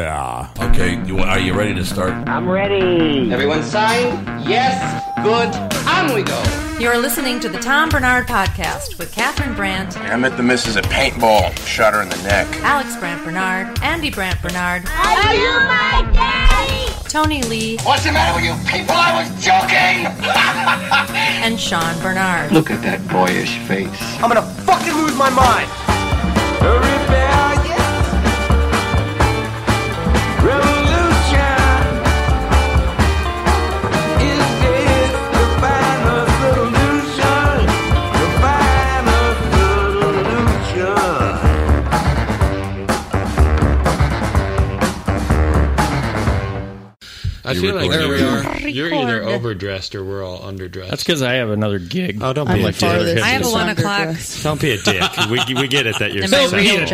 Yeah. Okay, you, are you ready to start? I'm ready. Everyone sign? Yes, good, on we go. You're listening to the Tom Bernard Podcast with Catherine Brandt, I met the missus at paintball. Shot her in the neck. Alex Brandt Bernard, Andy Brandt Bernard, Are you my daddy? Tony Lee, What's the matter with you people? I was joking. and Sean Bernard. Look at that boyish face. I'm gonna fucking lose my mind. I You feel like recording? you're, There you're either overdressed or we're all underdressed. That's because I have another gig. Oh, don't I'm be a like the other dick. hipsters. I have a one o'clock. Don't be a dick. We, we get it that you're And my successful. real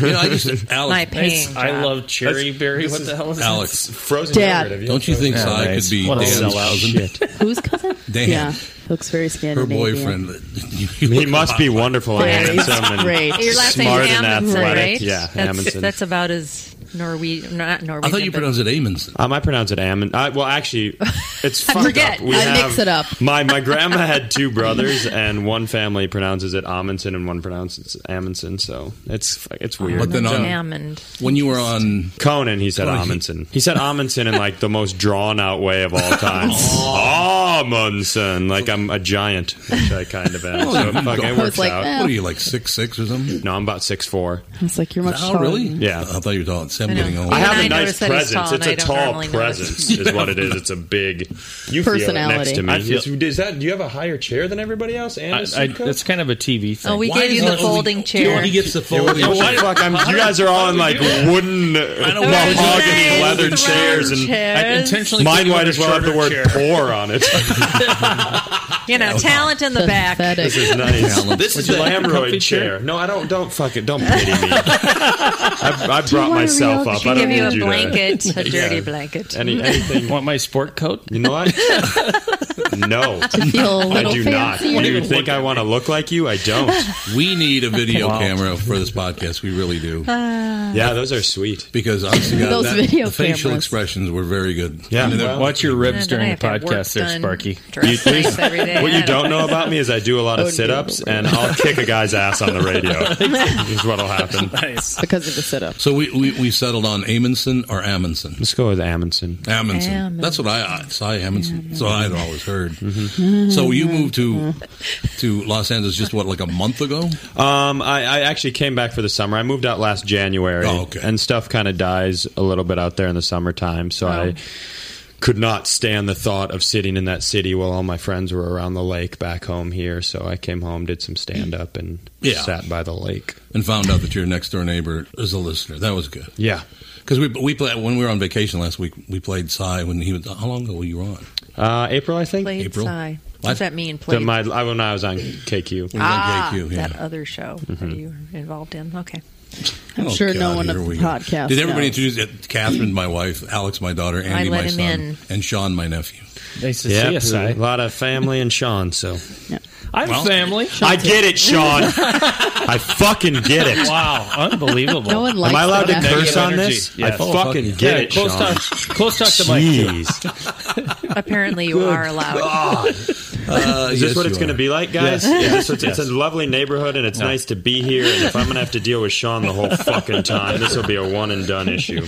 job. You know, I just, My Alex, paying job. I love cherry berry. What the hell is Alex, frozen Dad. yogurt? Have don't you think Oh, Sai nice. could be What a Dan's sellout. Shit. Who's cousin? Dan. Yeah, looks very her Scandinavian. boyfriend? He must be wonderful and Yeah, he's handsome. And great. Your last name Smart is and Amundsen, athletic. right? Yeah, that's, Amundsen. that's about as Norwegian, not Norwegian. I thought you but- pronounced it Amundsen. Um, I pronounce it Ammon. I, well, actually, it's fucked forget. up. We I have- mix it up. My my grandma had two brothers, and one family pronounces it Amundsen, and one pronounces it Amundsen. So it's it's weird. But then Amundsen. on- When you were on, Conan, Oh, he said Conan. Amundsen. He said Amundsen in like the most drawn out way of all time. Amundsen, like I'm a giant, which I kind of am. So fuck, it It's works like, out. eh. what are you like six six or something? No, I'm about six four. I was like, you're much Oh, taller. really? Yeah. I thought you were talking. Sam know. getting old. Even I have a I nice noticed that he's presence. tall, and It's I a don't tall normally notice. presence, is what it is. It's a big you feel it next Personality. to me. I feel- Is- that, do you have a higher chair than everybody else? And I, I, it's kind of a TV thing. Oh, we Why gave you is the it- folding chair. He gets the folding. Why the fuck? I'm, you guys are all in like wooden Oh, know why mahogany you- leather Thrown chairs, uh, and I chairs. intentionally put mine you might in a as well have the shorter word chair. "poor" on it. you Oh. know, talent in the back. Pathetic. This is nice. This Would is you the like a comfy hemorrhoid chair? chair. No, I don't. Don't fuck it. Don't pity me. I, I brought want a myself real up. chair? I don't Give you need a you blanket, a Yeah. dirty blanket. to any anything. You want my sport coat? You know what? no, Feel I a little do not. fancier. Do you think I want to look like you? I don't. We need a video Wow. camera for this podcast. We really do. Yeah, those are sweet. Because honestly, God, Those that, video the facial cameras. expressions were very good. Yeah. I mean, they're- Watch your And then ribs I during the have to have work podcast, there, done, Sparky. dress nice every day. What I you don't know about me is I do a lot of Oh, sit-ups, no. and I'll kick a guy's ass on the radio. is what'll happen. Nice. because of the sit-up. So we, we, we settled on Amundsen or Amundsen. Let's go with Amundsen. Amundsen. Amundsen. That's what I, I Cy Amundsen. So I'd always heard. Mm-hmm. Mm-hmm. So you moved to to Los Angeles just what like a month ago? Um, I, I actually came back for the summer. I moved out last January, Oh, okay. and stuff kind of dies a little bit out there in the summertime. So I could not stand the thought of sitting in that city while all my friends were around the lake back home here. So I came home, did some stand up, and Yeah. sat by the lake. And found out that your next door neighbor is a listener. That was good Yeah, because we we played when we were on vacation last week. We played Cy when he was how long ago were you on? uh, April, I think. Played April. Psy. What? What does that mean? The- Played my, I, when I was on KQ. When he was ah, on KQ, yeah. that other show Mm-hmm. that you were involved in. Okay. I'm Oh, sure no God, one here of the we go. podcast. Did everybody knows. introduce it? Catherine, my wife, Alex, my daughter, Andy, let my him son, in. and Sean, my nephew. Nice to Yeah, see a you, Si. lot of family and Sean. So I'm Well- family. I get it, Sean. I fucking get it. Wow, unbelievable. No one likes Am I allowed to that. curse on energy. this? Yes. I Oh, fuck fucking yeah. get Yeah, it, close Sean. talk. Close talk to Mike. Jeez. Apparently, you are allowed. Uh, Is this what it's going to be like, guys? Yeah, so it's, it's a lovely neighborhood, and it's nice to be here. And if I'm going to have to deal with Sean the whole fucking time, this will be a one and done issue.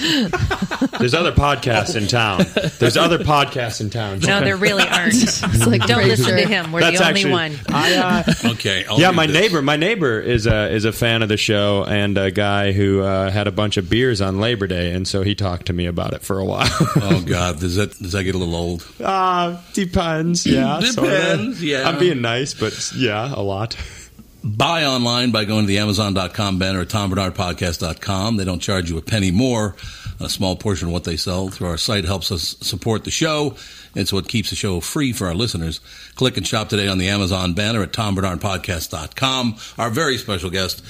There's other podcasts in town. There's other podcasts in town. No, Sean. there really aren't. It's like Don't listen to Frasier. him. We're That's the only actually- one. I, uh, Okay. I'll yeah, read my this. neighbor, my neighbor is a is a fan of the show and a guy who uh, had a bunch of beers on Labor Day, and so he talked to me about it for a while. Oh God, does that does that get a little old? Uh, depends. Yeah, sorta. Depends, yeah. I'm being nice, but yeah, a lot. Buy online by going to the Amazon.com banner at TomBernardPodcast.com. They don't charge you a penny more. A small portion of what they sell through our site helps us support the show. It's what keeps the show free for our listeners. Click and shop today on the Amazon banner at TomBernardPodcast.com. Our very special guest,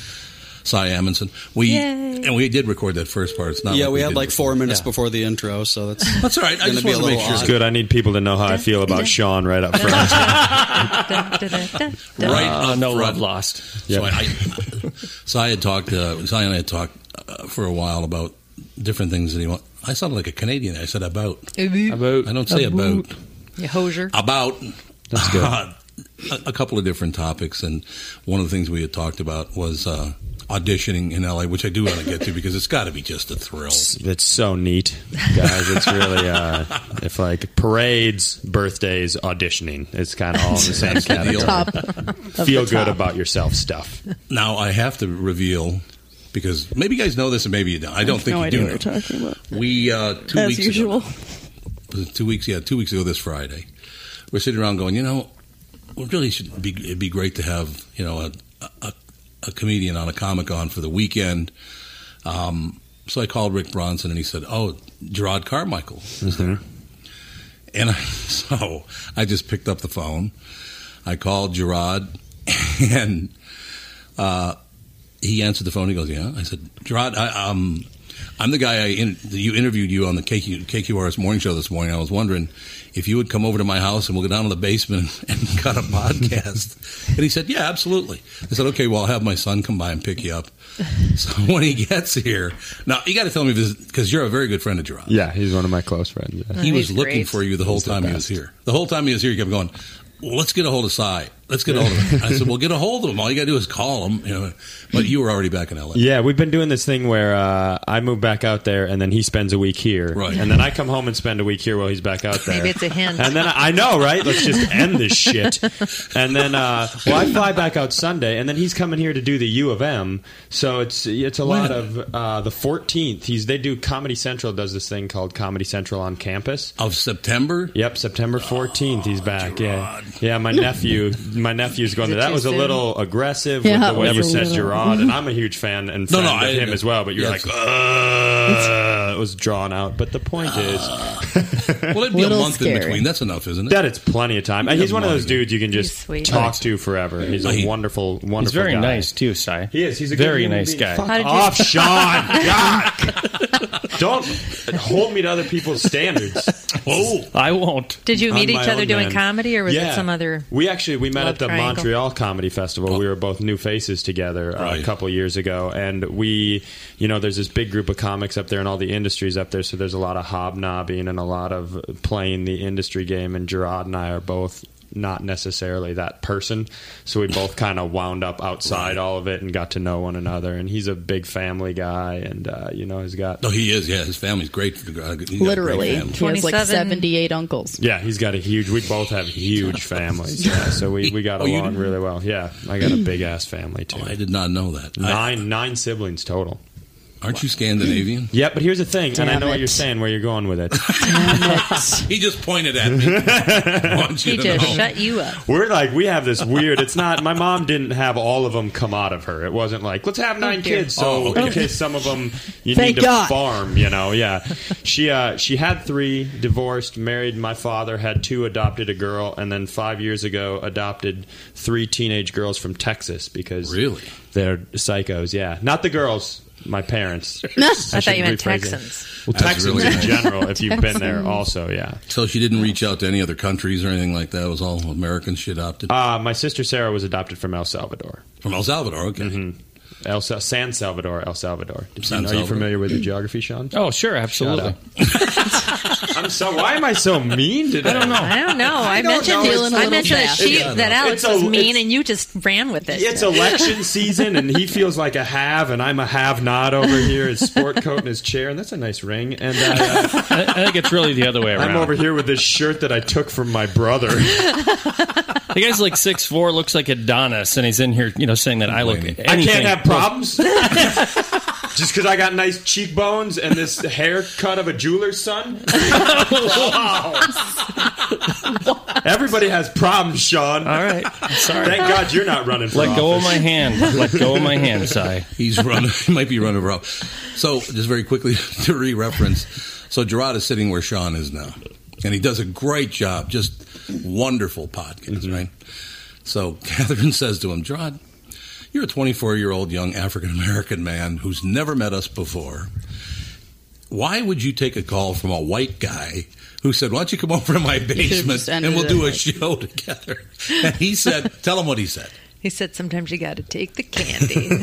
Cy Amundsen. We Yay. and we did record that first part. It's not Yeah, like we, had did like four before. minutes before the intro, so that's That's all right. I Gonna just be want to a make little sure. odd. Good. I need people to know how I feel about Sean right up front. Dun, dun, dun, dun, dun. Right Uh, up no front. love lost. So I, I, so I had talked. Uh, so I and I had talked uh, for a while about different things that he wants. I sounded like a Canadian. I said about. About I don't say about. Yeah, Hosier. About. That's good. a, a couple of different topics, and one of the things we had talked about was uh, auditioning in LA, which I do want to get to because it's got to be just a thrill. It's so neat, guys. It's really uh, if like parades, birthdays, auditioning. It's kind of all in the same That's the deal. category. Top. of the Feel good top. about yourself stuff. Now I have to reveal because maybe you guys know this and maybe you don't. I don't think no you idea do what know. we're talking about. We uh, two As weeks usual. ago, was it two weeks yeah, two weeks ago this Friday, we're sitting around going, you know, we really should be it'd be great to have you know a a, a comedian on a comic con for the weekend. Um, so I called Rick Bronson and he said, oh, Gerard Carmichael is there, and I, so I just picked up the phone, I called Gerard, and uh, he answered the phone. He goes, yeah. I said, Gerard, I um. I'm the guy I in, you interviewed you on the KQ, KQRS morning show this morning. I was wondering if you would come over to my house and we'll go down to the basement and cut a podcast. and he said, "Yeah, absolutely." I said, "Okay, well, I'll have my son come by and pick you up." So when he gets here, now you got to tell me because you're a very good friend of Gerard. Yeah, he's one of my close friends. yeah. He Oh, was he's looking great. for you the whole He's the time he was best. here. The whole time he was here, he kept going. Well, let's get a hold of Cy. Let's get a hold of him. I said, "Well, get a hold of him. All you got to do is call him." You know, but you were already back in L.A. Yeah, we've been doing this thing where uh, I move back out there, and then he spends a week here, Right. and then I come home and spend a week here while he's back out there. Maybe it's a hint. And then I, I know, right? Let's just end this shit. And then, uh, well, I fly back out Sunday, and then he's coming here to do the U of M. So it's it's a lot of uh, the 14th. He's they do Comedy Central does this thing called Comedy Central on campus. Of September, Yep, September fourteenth. he's back. Gerard. Yeah, yeah. My nephew, my nephew's going. Is there. it That too was a soon? little aggressive Yeah, with the way it you was a said little. Gerard, and I'm a huge fan and friend no, of I- him as well. But you're Yes. like, "Ugh," it was drawn out. But the point is well, it'd be a Little month in scary. between. That's enough, isn't it? that it's plenty of time. And he's one of those Money. dudes you can just sweet. talk to forever. He's He- a wonderful, wonderful. He's very guy. nice too, Cy. He is. He's a good very human nice being. guy. Fuck How did you- off, Sean. God. Don't hold me to other people's standards. oh, I won't. Did you on meet each my other own doing man. comedy, or was Yeah. it some other? We actually we met love at the triangle? Montreal Comedy Festival. We were both new faces together uh, Right. a couple years ago, and we, you know, there's this big group of comics up there and all the industries up there. So there's a lot of hobnobbing and a lot of playing the industry game. And Gerard and I are both not necessarily that person, so we both kind of wound up outside all of it and got to know one another. And he's a big family guy, and uh, you know, he's got No, he is. Yeah, his family's great. He's got a great Literally, family. he has like 27. 78 uncles. Yeah, he's got a huge. We both have huge families, yeah, so we, we got Oh, you along do? really well. Yeah, I got a big ass family too. Oh, I did not know that. I- nine nine siblings total. aren't you Scandinavian? Yeah, but here's the thing, and I Damn know what it. you're saying, where you're going with it. he just pointed at me. I want you He to just know. shut you up. We're like, we have this weird. It's not. My mom didn't have all of them come out of her. It wasn't like let's have nine dear. kids. Oh, So okay. in case some of them you Thank need to God. farm, you know. Yeah, she uh, she had three, divorced, married my father, had two, adopted a girl, and then five years ago adopted three teenage girls from Texas because Really? they're psychos. Yeah, not the girls. My parents. I, thought should you meant rephrase it. Texans. Well, That's Texans really in nice. general. If you've been there, also, yeah. So she didn't reach out to any other countries or anything like that. It was all American shit opted Uh, my sister Sarah was adopted from El Salvador. from El Salvador. Okay, El Sa- San Salvador, El Salvador. Did you San know- Are you Salvador. familiar with the geography, Sean? Oh, sure, absolutely. I'm so. Why am I so mean today? I don't know. I don't know. I, don't mentioned know. it- It's a I little mentioned that fast. she Yeah, that no. Alex It's a- was mean, it's- and you just ran with it. It's election season, and he feels like a have, and I'm a have not over here. His sport coat and his chair, and that's a nice ring. And I, uh, I, I think it's really the other way around. I'm over here with this shirt that I took from my brother. The guy's like six four, looks like Adonis, and he's in here, you know, saying that I look. Blaming. Anything. I can't have problems. Just because I got nice cheekbones and this haircut of a jeweler's son? wow. Everybody has problems, Sean. All right, I'm sorry. Thank God you're not running for Let go of office. my hand. Let go of my hand, Cy. he's run. he might be running up. So just very quickly to re-reference. So Gerard is sitting where Sean is now, and he does a great job. Just wonderful podcast, Mm-hmm. right? So Catherine says to him, Gerard, you're a 24 year old young African American man who's never met us before. Why would you take a call from a white guy who said, Why don't you come over to my basement just ended and we'll it do a like- show together? And he said, Tell him what he said. He said sometimes you got to take the candy for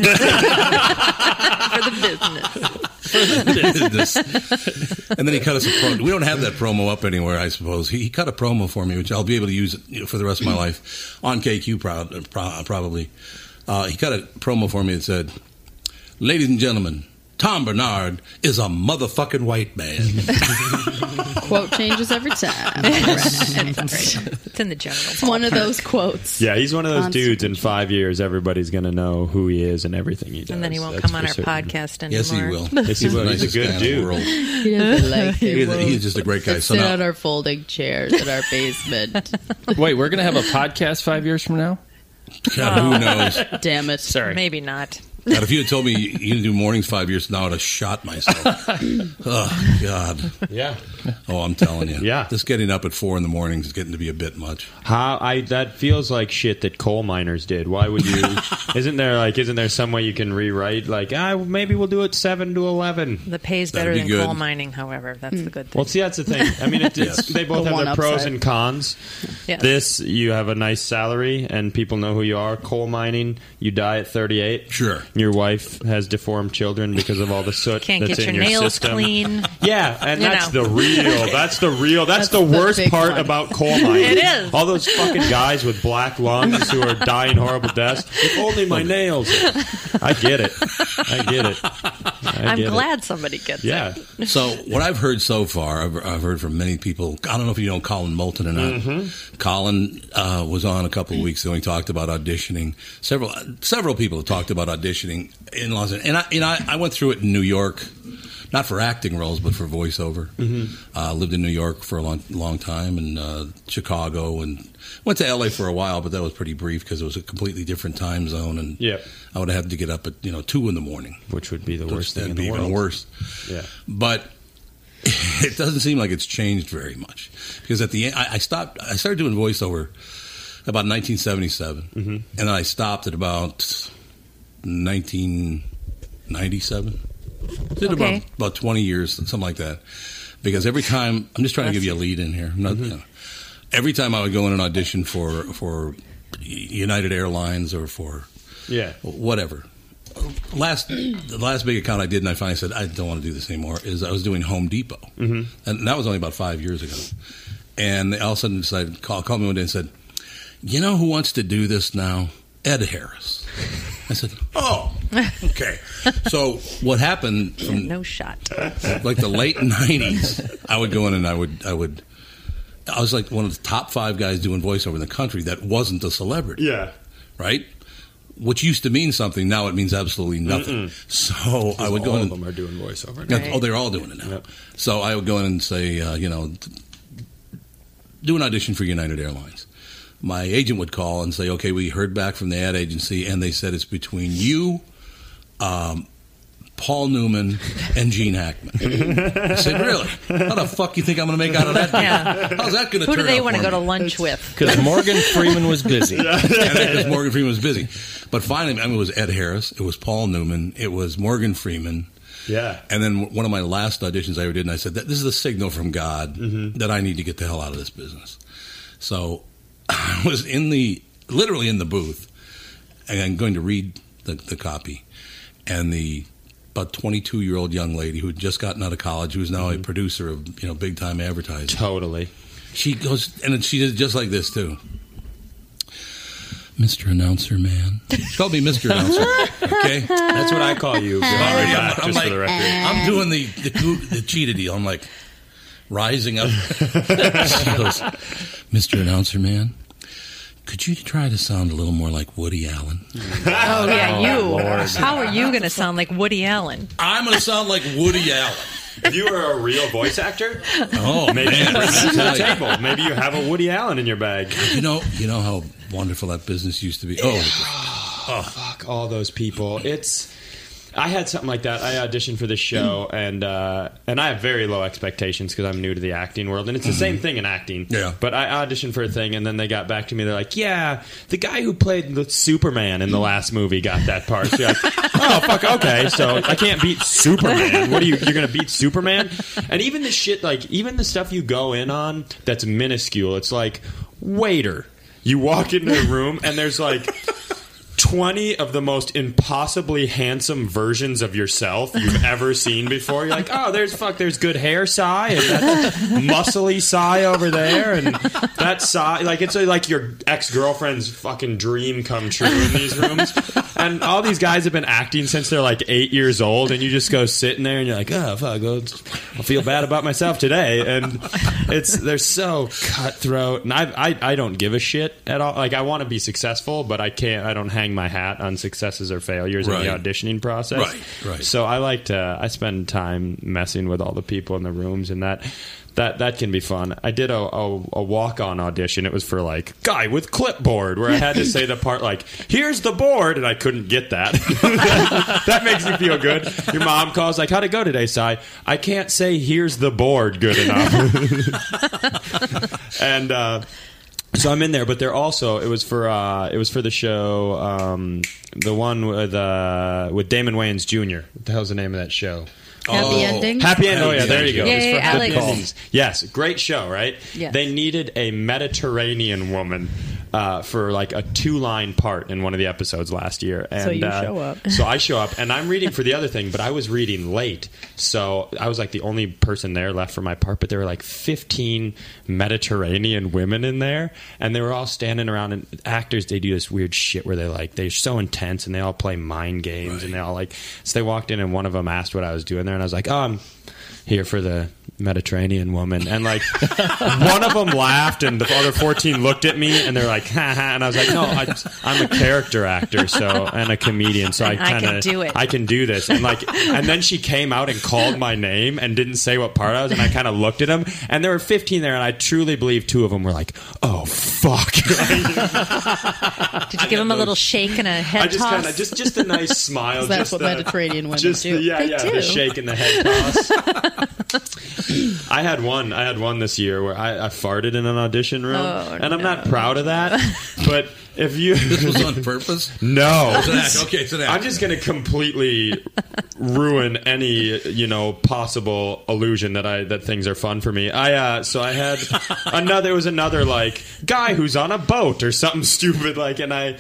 the business. business. and then he cut us a promo. We don't have that promo up anywhere, I suppose. He, he cut a promo for me, which I'll be able to use you know, for the rest of my life on KQ pro- pro- probably. Uh, he cut a promo for me that said, "Ladies and gentlemen, Tom Bernard is a motherfucking white man." Quote changes every time. It's in the general. It's one of those quotes. Yeah, he's one of those Constant. dudes. In five years, everybody's going to know who he is and everything he does. And then he won't That's come on for our certain. podcast anymore. yes, he will. Yes, he He's the will. He's a nicest good guy in the dude. world. He doesn't like it. He's, he's just a great guy. So sit now, on our folding chairs in our basement. Wait, we're gonna have a podcast five years from now. God, who knows? Damn it. Sorry. Maybe not. God, if you had told me you- you would do mornings five years from now, I'd have shot myself. oh God! Yeah. Oh, I'm telling you. Yeah. Just getting up at four in the morning is getting to be a bit much. How I that feels like shit that coal miners did. Why would you? isn't there like isn't there some way you can rewrite like ah maybe we'll do it seven to eleven? The pay's That'd better be than good. coal mining, however. That's the good thing. Well, see, that's the thing. I mean, it, it's, Yes. they both The have one their pros upside. and cons. Yes. This, you have a nice salary, and people know who you are. Coal mining, you die at 38. Sure. Your wife has deformed children because of all the soot Can't that's get your in your, nails system. clean. Yeah, and You that's know. the real. That's the real. That's, That's the the worst big part one. about coal mining. It is. All those fucking guys with black lungs who are dying horrible deaths. If only my nails. I get it. I get it. I I'm get it. glad somebody gets it. Yeah. So what I've heard so far, I've, I've heard from many people. I don't know if you know Colin Moulton or not. Colin uh, was on a couple of weeks ago. and He talked about auditioning. Several several people have talked about auditioning in Los Angeles, and I and I, I went through it in New York, not for acting roles, but for voiceover. Uh, lived in New York for a long long time, and uh, Chicago, and went to L.A. for a while, but that was pretty brief because it was a completely different time zone, and Yep. I would have had to get up at you know two in the morning. Which would be the worst thing That'd in be the world. even worse Yeah. but it doesn't seem like it's changed very much because at the end I, I stopped i started doing voiceover about 1977 Mm-hmm. and then i stopped at about 1997 did Okay. about, about 20 years something like that because every time i'm just trying to give you a lead in here I'm Mm-hmm. not- you know. every time i would go in an audition for for united airlines or for Yeah. whatever. Last the last big account I did, and I finally said I don't want to do this anymore. Is I was doing Home Depot, mm-hmm. and that was only about five years ago. And they all of a sudden decided call called me one day and said, "You know who wants to do this now? Ed Harris." I said, "Oh, okay." so what happened from No shot. like the late nineties, I would go in and I would I would I was like one of the top five guys doing voiceover in the country that wasn't a celebrity Yeah. right? Which used to mean something, now it means absolutely nothing. So I would go all in. of them are doing voiceover. Now. Yeah, Oh, they're all doing it now. Yep. So I would go in and say, uh, you know, t- do an audition for United Airlines. My agent would call and say, okay, we heard back from the ad agency, and they said it's between you, um, Paul Newman, and Gene Hackman. I said, really? How the fuck you think I'm going to make out of that? Yeah. How's that going to Who turn do they out want to for go me? to lunch with? Because Morgan Freeman was busy. because Morgan Freeman was busy. But finally, I mean, it was Ed Harris, it was Paul Newman, it was Morgan Freeman. Yeah. And then one of my last auditions I ever did, and I said, "This is a signal from God that I need to get the hell out of this business." So I was in the literally in the booth, and I'm going to read the, the copy, and the about 22 year old young lady who had just gotten out of college, who is now a producer of you know big time advertising, Totally. she goes, and then she did just like this too. Mr. Announcer Man. She called me Mr. Announcer. Okay? That's what I call you. Already Already, I'm, back, I'm just like, for the record. I'm doing the, the, coo- the cheetah deal. I'm like rising up. she goes, Mr. Announcer Man, could you try to sound a little more like Woody Allen? Oh, yeah, you. How are you going to sound like Woody Allen? I'm going to sound like Woody Allen. If you were a real voice actor, Oh, maybe you man. bring that to the Tell you. table. Maybe you have a Woody Allen in your bag. You know, you know how wonderful that business used to be. Oh, Fuck all those people. It's. I had something like that. I auditioned for this show, and uh, and I have very low expectations because I'm new to the acting world, and it's the same thing in acting. Yeah. But I auditioned for a thing, and then they got back to me. They're like, "Yeah, the guy who played the Superman in the last movie got that part." So you're like, oh fuck, okay. So I can't beat Superman. What are you? You're gonna beat Superman? And even the shit, like even the stuff you go in on that's minuscule. It's like waiter. You walk into a room, and there's like 20 of the most impossibly handsome versions of yourself you've ever seen before. You're like, oh, there's fuck, there's good hair sigh, and that's muscly sigh over there, and that sigh, like it's like your ex girlfriend's fucking dream come true in these rooms. And all these guys have been acting since they're like eight years old, and you just go sitting there and you're like, oh, fuck, well, I feel bad about myself today. And it's, they're so cutthroat. And I, I, I don't give a shit at all. Like, I want to be successful, but I can't, I don't hang my hat on successes or failures in Right. the auditioning process. Right, right. So I like to, I spend time messing with all the people in the rooms and that. That, that can be fun. I did a, a, a walk on audition. It was for like guy with clipboard, where I had to say the part like "Here's the board," and I couldn't get that. that makes me feel good. Your mom calls like, "How'd it go today, Si?" I can't say "Here's the board" good enough. and uh, so I'm in there, but they're also it was for uh, it was for the show um, the one with uh, with Damon Wayans Jr. What the hell's the name of that show? Happy Oh. ending. Happy End. Oh yeah, there you go. Yeah, It's yeah, for yeah, Happy Alex. Endings. Yes, great show, right? Yes. They needed a Mediterranean woman. Uh, for like a two-line part in one of the episodes last year, and you uh, show up. so I show up, and I'm reading for the other thing, but I was reading late, so I was like the only person there left for my part. But there were like 15 Mediterranean women in there, and they were all standing around. And actors, they do this weird shit where they like they're so intense, and they all play mind games, and they all like. So they walked in, and one of them asked what I was doing there, and I was like, "Oh, I'm here for the." Mediterranean woman and like one of them laughed and the other 14 looked at me and they're like ha ha and I was like no I, I'm a character actor so and a comedian so I I can kind of do it. I can do this. And like, and then she came out and called my name and didn't say what part I was. And I kind of looked at them, and there were 15 there, and I truly believe two of them were like, "Oh fuck." Did you give him a little shake and a head I just toss? kind of just just a nice smile. Is that just what the- Mediterranean women just do? The, yeah, They yeah, do. the shake and the head toss. I had one. I had one this year where I, I farted in an audition room, Oh, and I'm not proud of that. But if you This was on purpose. no, It's an act. Okay, it's an act. I'm just going to completely ruin any you know possible illusion that I that things are fun for me. I uh, so I had another. It was another like guy who's on a boat or something stupid like, and I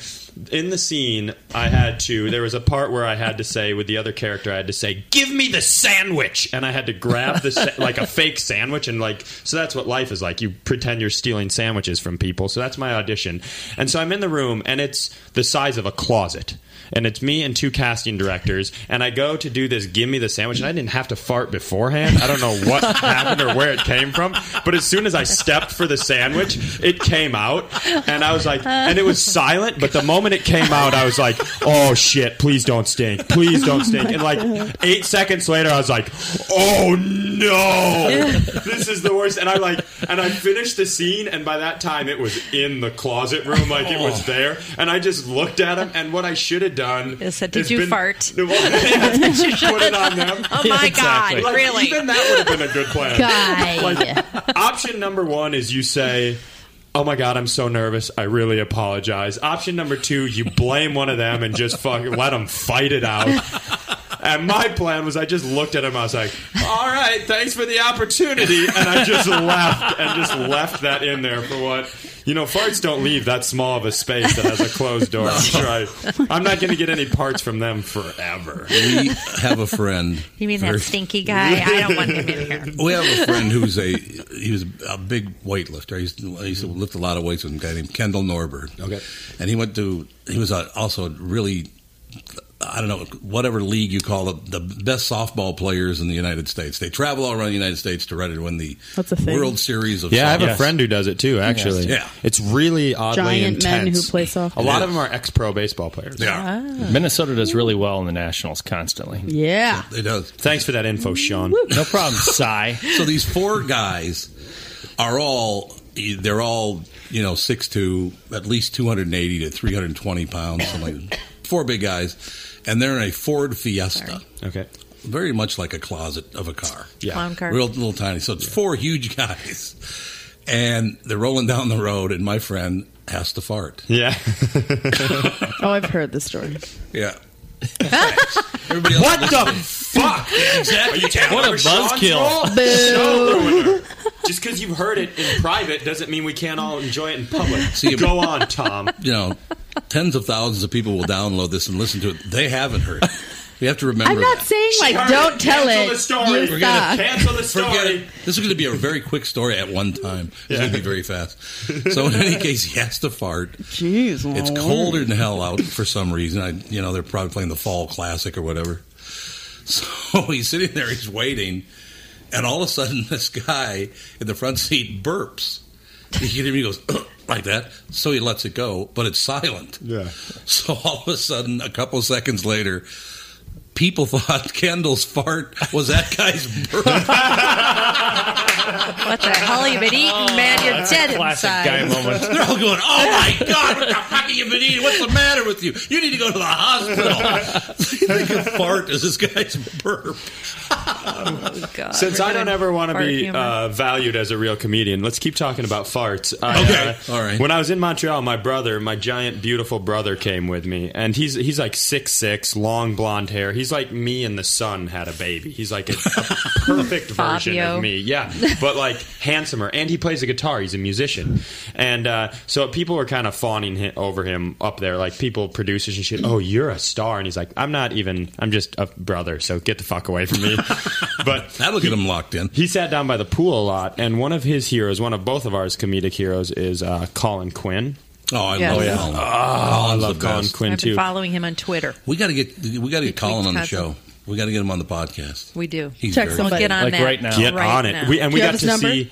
in the scene I had to. There was a part where I had to say with the other character, I had to say, "Give me the sandwich," and I had to grab the sa- like a fake sandwich and like so that's what life is like. You pretend you're stealing sandwiches from people. So that's my audition, and so I'm in the room and it's the size of a closet and it's me and two casting directors and i go to do this give me the sandwich and i didn't have to fart beforehand i don't know what happened or where it came from but as soon as i stepped for the sandwich it came out and i was like and it was silent but the moment it came out i was like oh shit please don't stink please don't stink and like eight seconds later i was like oh no this is the worst and i like and i finished the scene and by that time it was in the closet room like it Oh. was there and i just looked at him and what i should have done I said, has "Did you fart?" Well, yeah, put it on them. oh my exactly. God! Like, Really? Even that would have been a good plan. Guy. Like, option number one is you say, Oh my God, I'm so nervous. I really apologize. Option number two, you blame one of them and just fucking let them fight it out. And my plan was I just looked at him. I was like, all right, thanks for the opportunity. And I just left and just left that in there for what? You know, farts don't leave that small of a space that has a closed door. I'm sure I, I'm not going to get any parts from them forever. We have a friend. You mean very- that stinky guy? I don't want him in here. We have a friend who's a he was a big weightlifter. He used, to, he used to lift a lot of weights with a guy named Kendall Norbert. Okay. and he went to he was a, also a really I don't know whatever league you call it the best softball players in the United States. They travel all around the United States to try to win the That's a thing. World Series of Yeah, I have softball. a friend who does it too. Actually, Yeah. it's really oddly Giant intense. men who play softball. A lot Yeah. of them are ex-pro baseball players. They are. Minnesota does really well in the Nationals constantly. Yeah. It does. Thanks for that info, Sean. No problem, Sigh. So these four guys are all they're all you know six to at least two hundred and eighty to three hundred and twenty pounds, something like four big guys, and they're in a Ford Fiesta, Okay. very much like a closet of a car, Yeah. Clown car. real little tiny. So it's four huge guys, and they're rolling down the road, and my friend has to fart. Yeah. Oh, I've heard this story. Yeah. Thanks. Everybody else what the fuck? Exactly. Are you taking What a over Sean's buzzkill. role? Show ruiner. Just because you've heard it in private doesn't mean we can't all enjoy it in public. See, if- Go on, Tom. you know, tens of thousands of people will download this and listen to it. They haven't heard. It. We have to remember. I'm not that. saying like Sorry, don't tell cancel it. The story. You We're gonna suck. Cancel the story. Forget it. This is going to be a very quick story at one time. It's going to be very fast. So in any case, he has to fart. Jeez, It's Lord. colder than hell out for some reason. I, you know, they're probably playing the fall classic or whatever. So he's sitting there, he's waiting, and all of a sudden, this guy in the front seat burps. You hear him, he goes like that. So he lets it go, but it's silent. Yeah. So all of a sudden, a couple seconds later, people thought Kendall's fart was that guy's burp. What the hell you been eating, man? You're dead Classic inside. guy moment. They're all going, "Oh my god, what the fuck have you been eating? What's the matter with you? You need to go to the hospital." they think a fart is this guy's burp. Oh, God. Uh, Since We're I don't doing ever want to fart be humor. uh, valued as a real comedian, let's keep talking about farts. I, Okay. uh, All right. When I was in Montreal, my brother, my giant, beautiful brother, came with me, and he's he's like six six, long blonde hair. He's like me and the sun had a baby. He's like a, a perfect version Fabio. of me. Yeah, but like handsomer, and he plays the guitar. He's a musician, and uh, so people were kind of fawning hi- over him up there, like people, producers and shit. Oh, you're a star, and he's like, I'm not even. I'm just a brother, so get the fuck away from me. But That'll get him locked in. he sat down by the pool a lot, and one of his heroes, one of both of ours comedic heroes, is uh, Colin Quinn. Oh, I Yes. love Oh, yeah. Colin. I Colin's love the Colin best. Quinn I've been too. following him on Twitter. We got to get we got to get Colin on the has show. We got to get him on the podcast. We do. He's Text very him. We'll Somebody. get on Like that right now. Get on it. now. We, and we Do you got have his to see. number?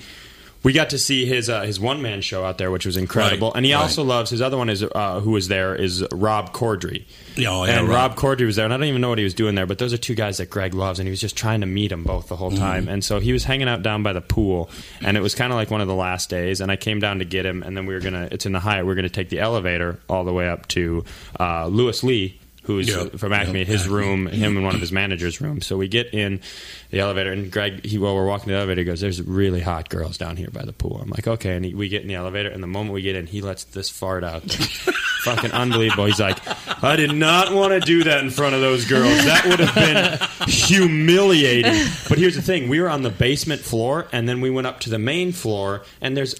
We got to see his uh, his one man show out there, which was incredible. Right, and he right. also loves his other one is uh, who was there is Rob Corddry. Yeah, oh, yeah, and Rob. Rob Corddry was there, and I don't even know what he was doing there, but those are two guys that Greg loves, and he was just trying to meet them both the whole Mm-hmm. time. And so he was hanging out down by the pool, and it was kind of like one of the last days. And I came down to get him, and then we were gonna. It's in the Hyatt. We are gonna take the elevator all the way up to uh, Lewis Lee. Who's Yeah, from Acme? yeah, His Acme. room, him and one of his manager's rooms. So we get in the elevator, and Greg, he, while we're walking to the elevator, he goes, "There's really hot girls down here by the pool." I'm like, "Okay." And he, we get in the elevator, and the moment we get in, he lets this fart out. Fucking unbelievable. He's like, "I did not want to do that in front of those girls. That would have been humiliating." But here's the thing: we were on the basement floor, and then we went up to the main floor, and there's. a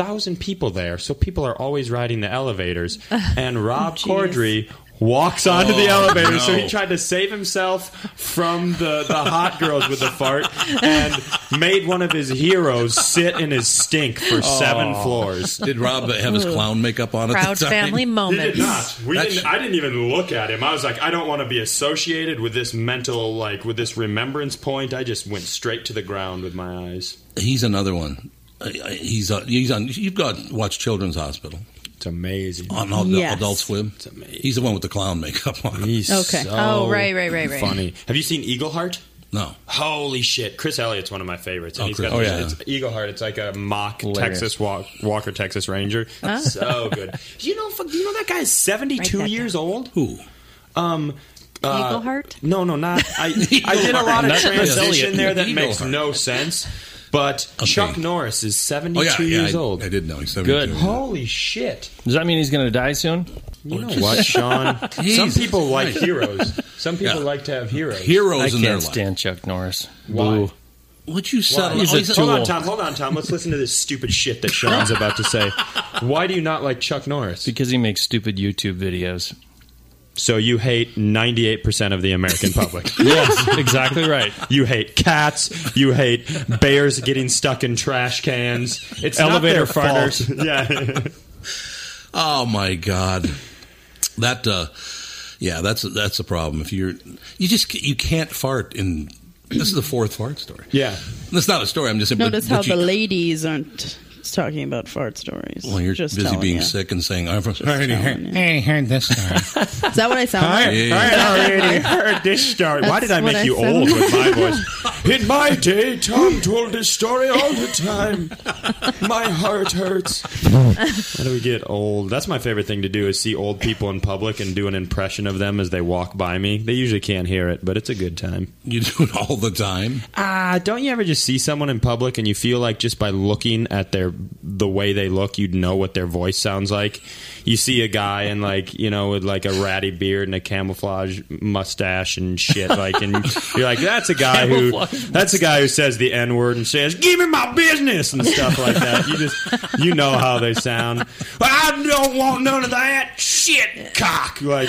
Thousand people there, so people are always riding the elevators. And Rob Cordry walks onto the Oh, elevator, so no. he tried to save himself from the, the hot girls with the fart and made one of his heroes sit in his stink for seven floors. Did Rob have his clown makeup on at Proud the time? family moments. We That's- didn't, I didn't even look at him. I was like, I don't want to be associated with this mental, like, with this remembrance point. I just went straight to the ground with my eyes. He's another one. Uh, He's on, he's on. You've got watch Children's Hospital It's amazing. on Ad- Yes. Adult Swim. It's amazing. He's the one with the clown makeup on. He's Okay. so Oh, right, right, right, right. funny. Have you seen Eagle Heart? No, Holy shit! Chris Elliott's one of my favorites. And Oh, he's Chris- got oh, oh, yeah. it's Eagle Heart. It's like a mock Hilarious. Texas walk, Walker Texas Ranger. So good. You know, fuck- you know that guy is seventy Ah. two Write that years old. who? Um, uh, Eagleheart? No, no, not. I, I did a lot of Not Chris transition Elliott. there that Eagleheart. makes no sense. But Okay. Chuck Norris is seventy two Oh yeah, yeah, years I, old. I did know. He's seventy-two. Good. Holy shit! Does that mean he's going to die soon? You know what, Sean? Some Jesus people like Christ. heroes. Some people Yeah. like to have heroes. Heroes I in their can't life. stand Chuck Norris. Why? Boo. Would you settle? He's oh, a he's tool. Hold on, Tom. Hold on, Tom. Let's listen to this stupid shit that Sean's about to say. Why do you not like Chuck Norris? Because he makes stupid YouTube videos. So you hate 98% of the American public. Yes, exactly right. You hate cats. You hate bears getting stuck in trash cans. It's Elevator not their fault. farters. Yeah. Oh my God, that uh, yeah, that's that's a problem. If you're you just you can't fart in. This is the fourth fart story. Yeah. That's not a story. I'm just saying. but- Notice but how you- the ladies aren't talking about fart stories. Well, you're just busy telling being you. sick and saying, "I'm from." telling you. heard this story. Is that what I sound like? already heard this story. Why That's did I what make I you said. old with my voice? In my day, Tom told this story all the time. My heart hurts. How do we get old? That's my favorite thing to do is see old people in public and do an impression of them as they walk by me. They usually can't hear it, but it's a good time. you do it all the time. Ah, don't you ever just see someone in public and you feel like just by looking at their the way they look, you'd know what their voice sounds like. you see a guy and like you know with like a ratty beard and a camouflage mustache and shit like and you're like that's a guy who Camouflage that's a guy who says the n word and says give me my business and stuff like that. You just you know how they sound. I don't want none of that shit cock like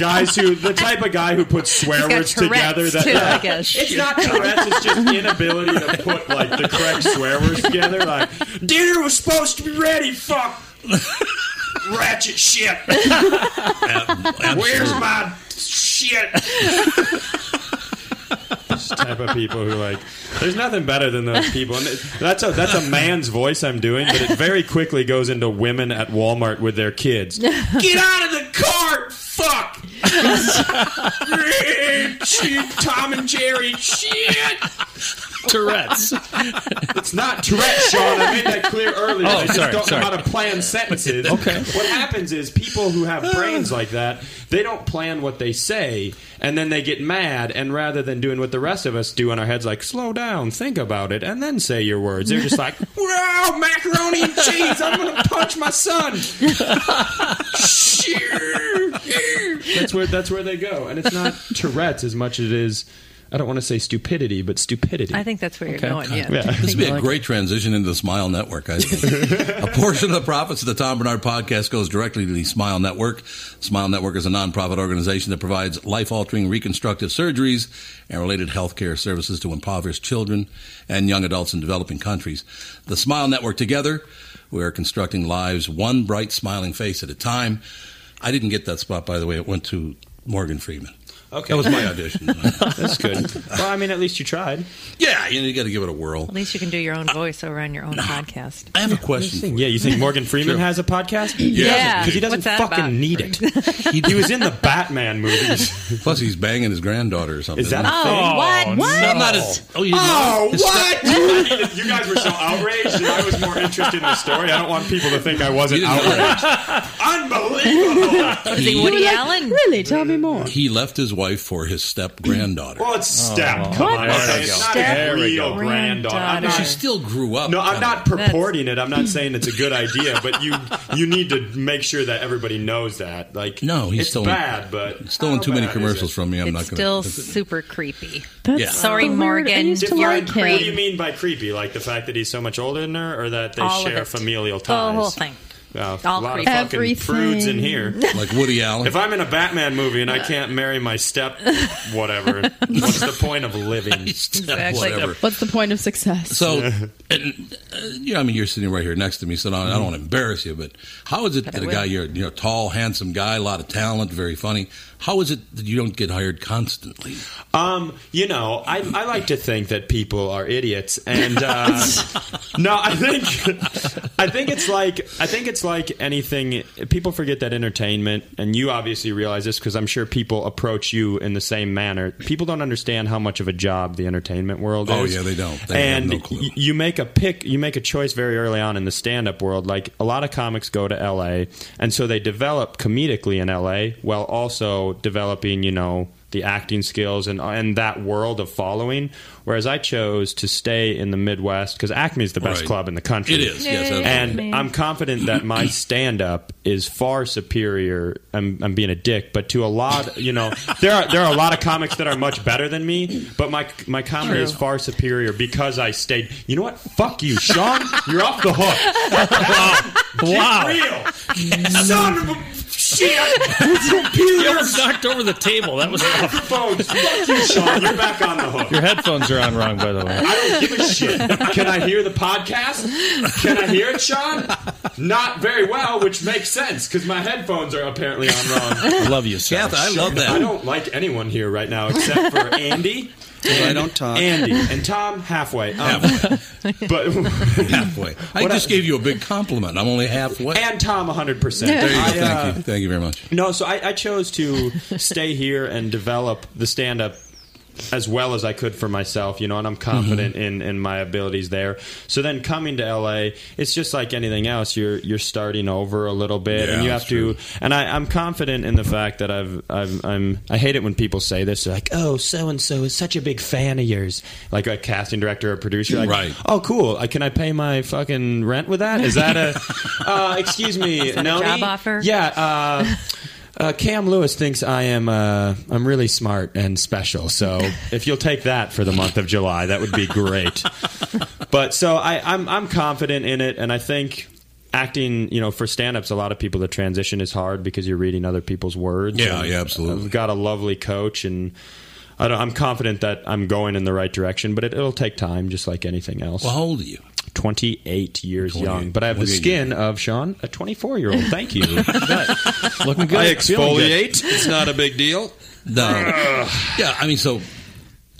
guys who the type of guy who puts swear got words together Tourette's, that too, yeah. I guess. It's not Tourette's, it's just inability to put like the correct swear words together. Like dinner was supposed to be ready, fuck ratchet shit. Where's my shit? Just type of people who like there's nothing better than those people and it- that's a that's a man's voice i'm doing but it very quickly goes into women at walmart with their kids get out of the cart fuck Shit, tom and jerry shit Tourette's. it's not Tourette, Sean. I made that clear earlier. Oh, I just sorry, don't sorry. know how to plan sentences. Okay. What happens is people who have brains like that, they don't plan what they say, and then they get mad. And rather than doing what the rest of us do in our heads, like slow down, think about it, and then say your words, they're just like, "Wow, macaroni and cheese! I'm gonna punch my son." that's where that's where they go, and it's not Tourette's as much as it is. I don't want to say stupidity, but stupidity. I think that's where you're going. Yeah. yeah. This would be a great transition into the Smile Network. I think. a portion of the profits of the Tom Bernard podcast goes directly to the Smile Network. Smile Network is a nonprofit organization that provides life-altering reconstructive surgeries and related healthcare services to impoverished children and young adults in developing countries. The Smile Network together, we are constructing lives one bright smiling face at a time. I didn't get that spot, by the way. It went to Morgan Freeman. Okay, That was my audition. That's good. well, I mean, at least you tried. yeah, you, know, you got to give it a whirl. At least you can do your own voice over on your own podcast. I have a question. for you. Yeah, you think Morgan Freeman has a podcast? Yeah. because he doesn't What's that fucking about? need it. he, he was in the Batman movies. Plus, he's banging his granddaughter or something. Is that Oh, what? What? I'm not as. Oh, you know. what? you guys were so outraged, and I was more interested in the story. I don't want people to think I wasn't You didn't know outraged. Unbelievable. Was he Woody Allen? Really? Tell me more. He left his wife for his step granddaughter. Well, it's step. Oh, Come on, What? okay, it's not Step a real granddaughter. granddaughter. I'm not- she still grew up. No, I'm kinda. not purporting it. I'm not saying it's a good idea, but you you need to make sure that everybody knows that. Like, No, he's it's still in- bad, but Stolen how too many bad Oh, is commercials it? from me. I'm It's not going still super creepy. That's Yeah. Sorry, the word. Morgan. I used to You're like Define- him. What do you mean by creepy? Like the fact that he's so much older than her, or that they All of share it. familial The ties? whole thing. Oh, a All lot creepy. of fucking Everything. prudes in here. like Woody Allen. If I'm in a Batman movie and I can't marry my step, whatever. What's the point of living? Exactly. Whatever. What's the point of success? So, and, uh, you know, I mean, you're sitting right here next to me, so I don't, I don't want to embarrass you, but how is it that a will. guy, you're, you're a tall, handsome guy, a lot of talent, very funny, how is it that you don't get hired constantly? Um, you know, I, I like to think that people are idiots, and uh, no, I think I think it's like I think it's like anything. People forget that entertainment, and you obviously realize this because I'm sure people approach you in the same manner. People don't understand how much of a job the entertainment world Oh, is. yeah, they don't. They have and no clue. y- you make a pick you make a choice very early on in the stand-up world like a lot of comics go to la and so they develop comedically in la while also developing you know the acting skills and and that world of following whereas i chose to stay in the midwest because acme is the best Right. club in the country It is, yes. absolutely. and I'm confident that my stand up is far superior. I'm, I'm being a dick, but to a lot, you know, there are there are a lot of comics that are much better than me, but my my comedy is far superior because I stayed. You know what? Fuck you, Sean. You're off the hook. wow. real. Son of a shit. You Computer almost knocked over the table. That was tough. phones. Fuck you, Sean. You're back on the hook. Your headphones are on wrong, by the way. I don't give a shit. Can I hear the podcast? Can I hear it, Sean? Not very well, which makes sense because my headphones are apparently on wrong. Love you, sir. Kath, I love I that. don't like anyone here right now except for Andy. I don't talk. Andy and Tom halfway. Um, Halfway. But halfway. I What just I- gave you a big compliment. I'm only halfway. and Tom 100%. there you go. I, uh, Thank you. Thank you very much. No, so I, I chose to stay here and develop the stand up as well as I could for myself, you know, and I'm Mm-hmm. confident in, in my abilities there. So then coming to LA, it's just like anything else. You're you're starting over a little bit, Yeah, and you that's have to. And I, I'm confident in the fact that I've, I've I'm I hate it when people say this. They're like, oh, so and so is such a big fan of yours, like a casting director or producer. Like, Right. Oh, cool. Uh, Can I pay my fucking rent with that? Is that a? uh, excuse me. that a Noni? job offer? Yeah. Uh, Uh, Cam Lewis thinks I am uh, I'm really smart and special. So if you'll take that for the month of July, that would be great. but so I, I'm I'm confident in it, and I think acting, you know, for stand-ups, a lot of people the transition is hard because you're reading other people's words. Yeah, And yeah, absolutely. I've got a lovely coach, and I don't, I'm confident that I'm going in the right direction, but it, it'll take time, just like anything else. Well, how old are you? 28 years 28. young, but I have the Look at you. skin of Sean, a 24 year old. Thank you. Looking good. Feeling good. It's not a big deal. No. yeah, I mean, so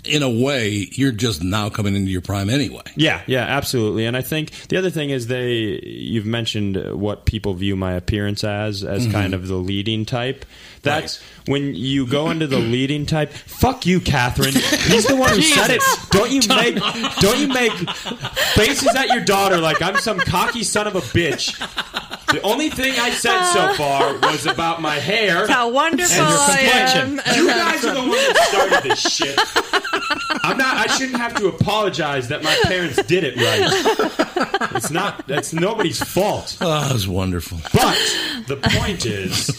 in a way, you're just now coming into your prime anyway. Yeah, yeah, absolutely. And I think the other thing is they you've mentioned what people view my appearance as as Mm-hmm. kind of the leading type. That's when you go into the leading type. Fuck you, Catherine. He's the one who said it. Don't you make don't you make faces at your daughter like I'm some cocky son of a bitch. The only thing I said so far was about my hair. How wonderful And your I am. complexion. You guys are the ones that started this shit. I'm not. I shouldn't have to apologize that my parents did it right. It's not. That's nobody's fault. Oh, that was wonderful. But the point is,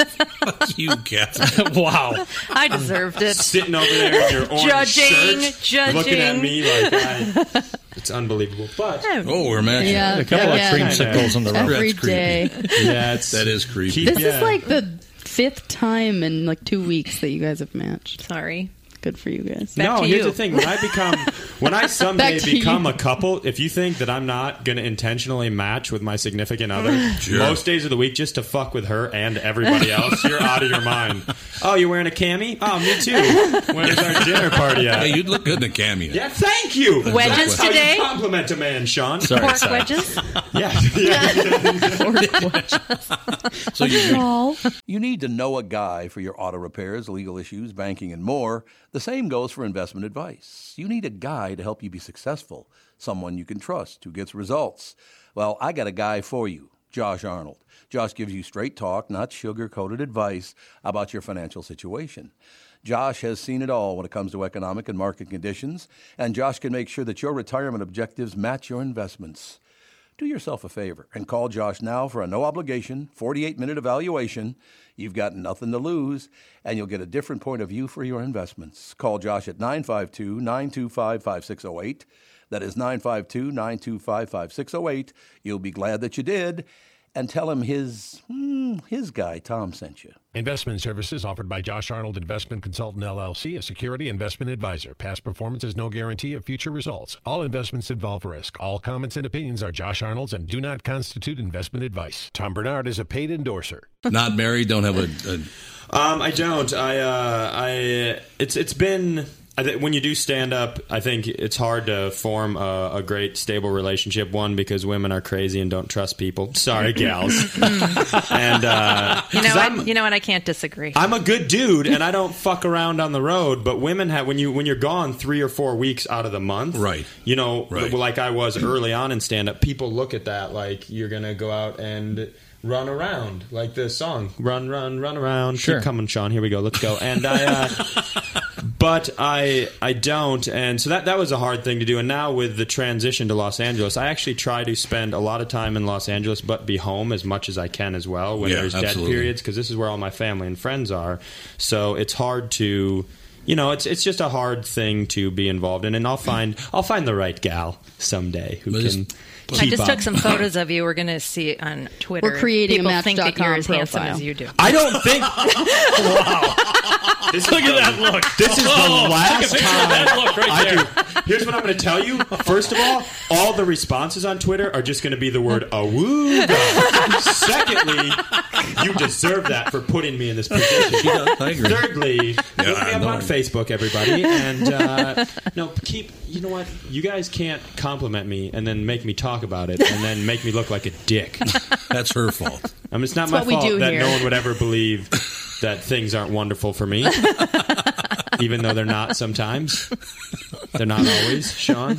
you, Catherine. Wow. I deserved it. sitting over there in your orange Judging, shirt, judging. looking at me like I, it's unbelievable. But Oh, we're matching. Yeah. A couple yeah. of creamsicles in the room. Every That's creepy. day. yeah, it's, That is creepy. Keep- This Yeah. is like the fifth time in like two weeks that you guys have matched. Sorry. Good for you guys. Back no, to here's you. the thing. When I become, when I someday Back to you. become a couple, if you think that I'm not going to intentionally match with my significant other Sure. most days of the week just to fuck with her and everybody else, you're out of your mind. Oh, you're wearing a cami? Oh, me too. Where's our dinner party at? Hey, you'd look good in a cameo. yeah, thank you. Wedges That's how you today? compliment a man, Sean. Sorry, Pork sorry. wedges. Yeah, yeah. So you, you need to know a guy for your auto repairs, legal issues, banking, and more. The same goes for investment advice. You need a guy to help you be successful, someone you can trust who gets results. Well, I got a guy for you, Josh Arnold. Josh gives you straight talk, not sugar coated advice about your financial situation. Josh has seen it all when it comes to economic and market conditions, and Josh can make sure that your retirement objectives match your investments. Do yourself a favor and call Josh now for a no obligation 48 minute evaluation. You've got nothing to lose, and you'll get a different point of view for your investments. Call Josh at 952 925 5608. That is 952 925 5608. You'll be glad that you did, and tell him his, hmm, his guy, Tom, sent you. Investment services offered by Josh Arnold Investment Consultant LLC, a security investment advisor. Past performance is no guarantee of future results. All investments involve risk. All comments and opinions are Josh Arnold's and do not constitute investment advice. Tom Bernard is a paid endorser. Not married, don't have a. Um, I don't. I, uh, I, it's, it's been. I th- when you do stand up, I think it's hard to form a, a great stable relationship. One because women are crazy and don't trust people. Sorry, gals. and uh, You know, 'cause I, I'm- you know, and I can't disagree. I'm a good dude, and I don't fuck around on the road. But women have when you when you're gone three or four weeks out of the month, Right. You know, Right. like I was early on in stand up. People look at that like you're gonna go out and run around, like the song "Run, Run, Run Around." Sure. Keep coming, Sean. Here we go. Let's go. And I. Uh, but I I don't, and so that that was a hard thing to do. And now with the transition to Los Angeles, I actually try to spend a lot of time in Los Angeles, but be home as much as I can as well when Yeah, there's absolutely. dead periods because this is where all my family and friends are. So it's hard to. You know, it's it's just a hard thing to be involved in, and I'll find I'll find the right gal someday who But it's- can. I keep just up. took some photos of you. We're going to see it on Twitter. We're creating a People think that Match.com you're as handsome profile. as you do. I don't think. wow. This is Look the- at that look. This is the Oh, last take a picture time of that look right I there. do. Here's what I'm going to tell you. First of all, all the responses on Twitter are just going to be the word awooga. Secondly, you deserve that for putting me in this position. I Thirdly, look me I up know. on Facebook, everybody, and uh, no, keep. You know what? You guys can't compliment me and then make me talk about it and then make me look like a dick. That's her fault. I mean, it's not It's my what we fault do that here. no one would ever believe that things aren't wonderful for me. even though they're not sometimes. They're not always, Sean.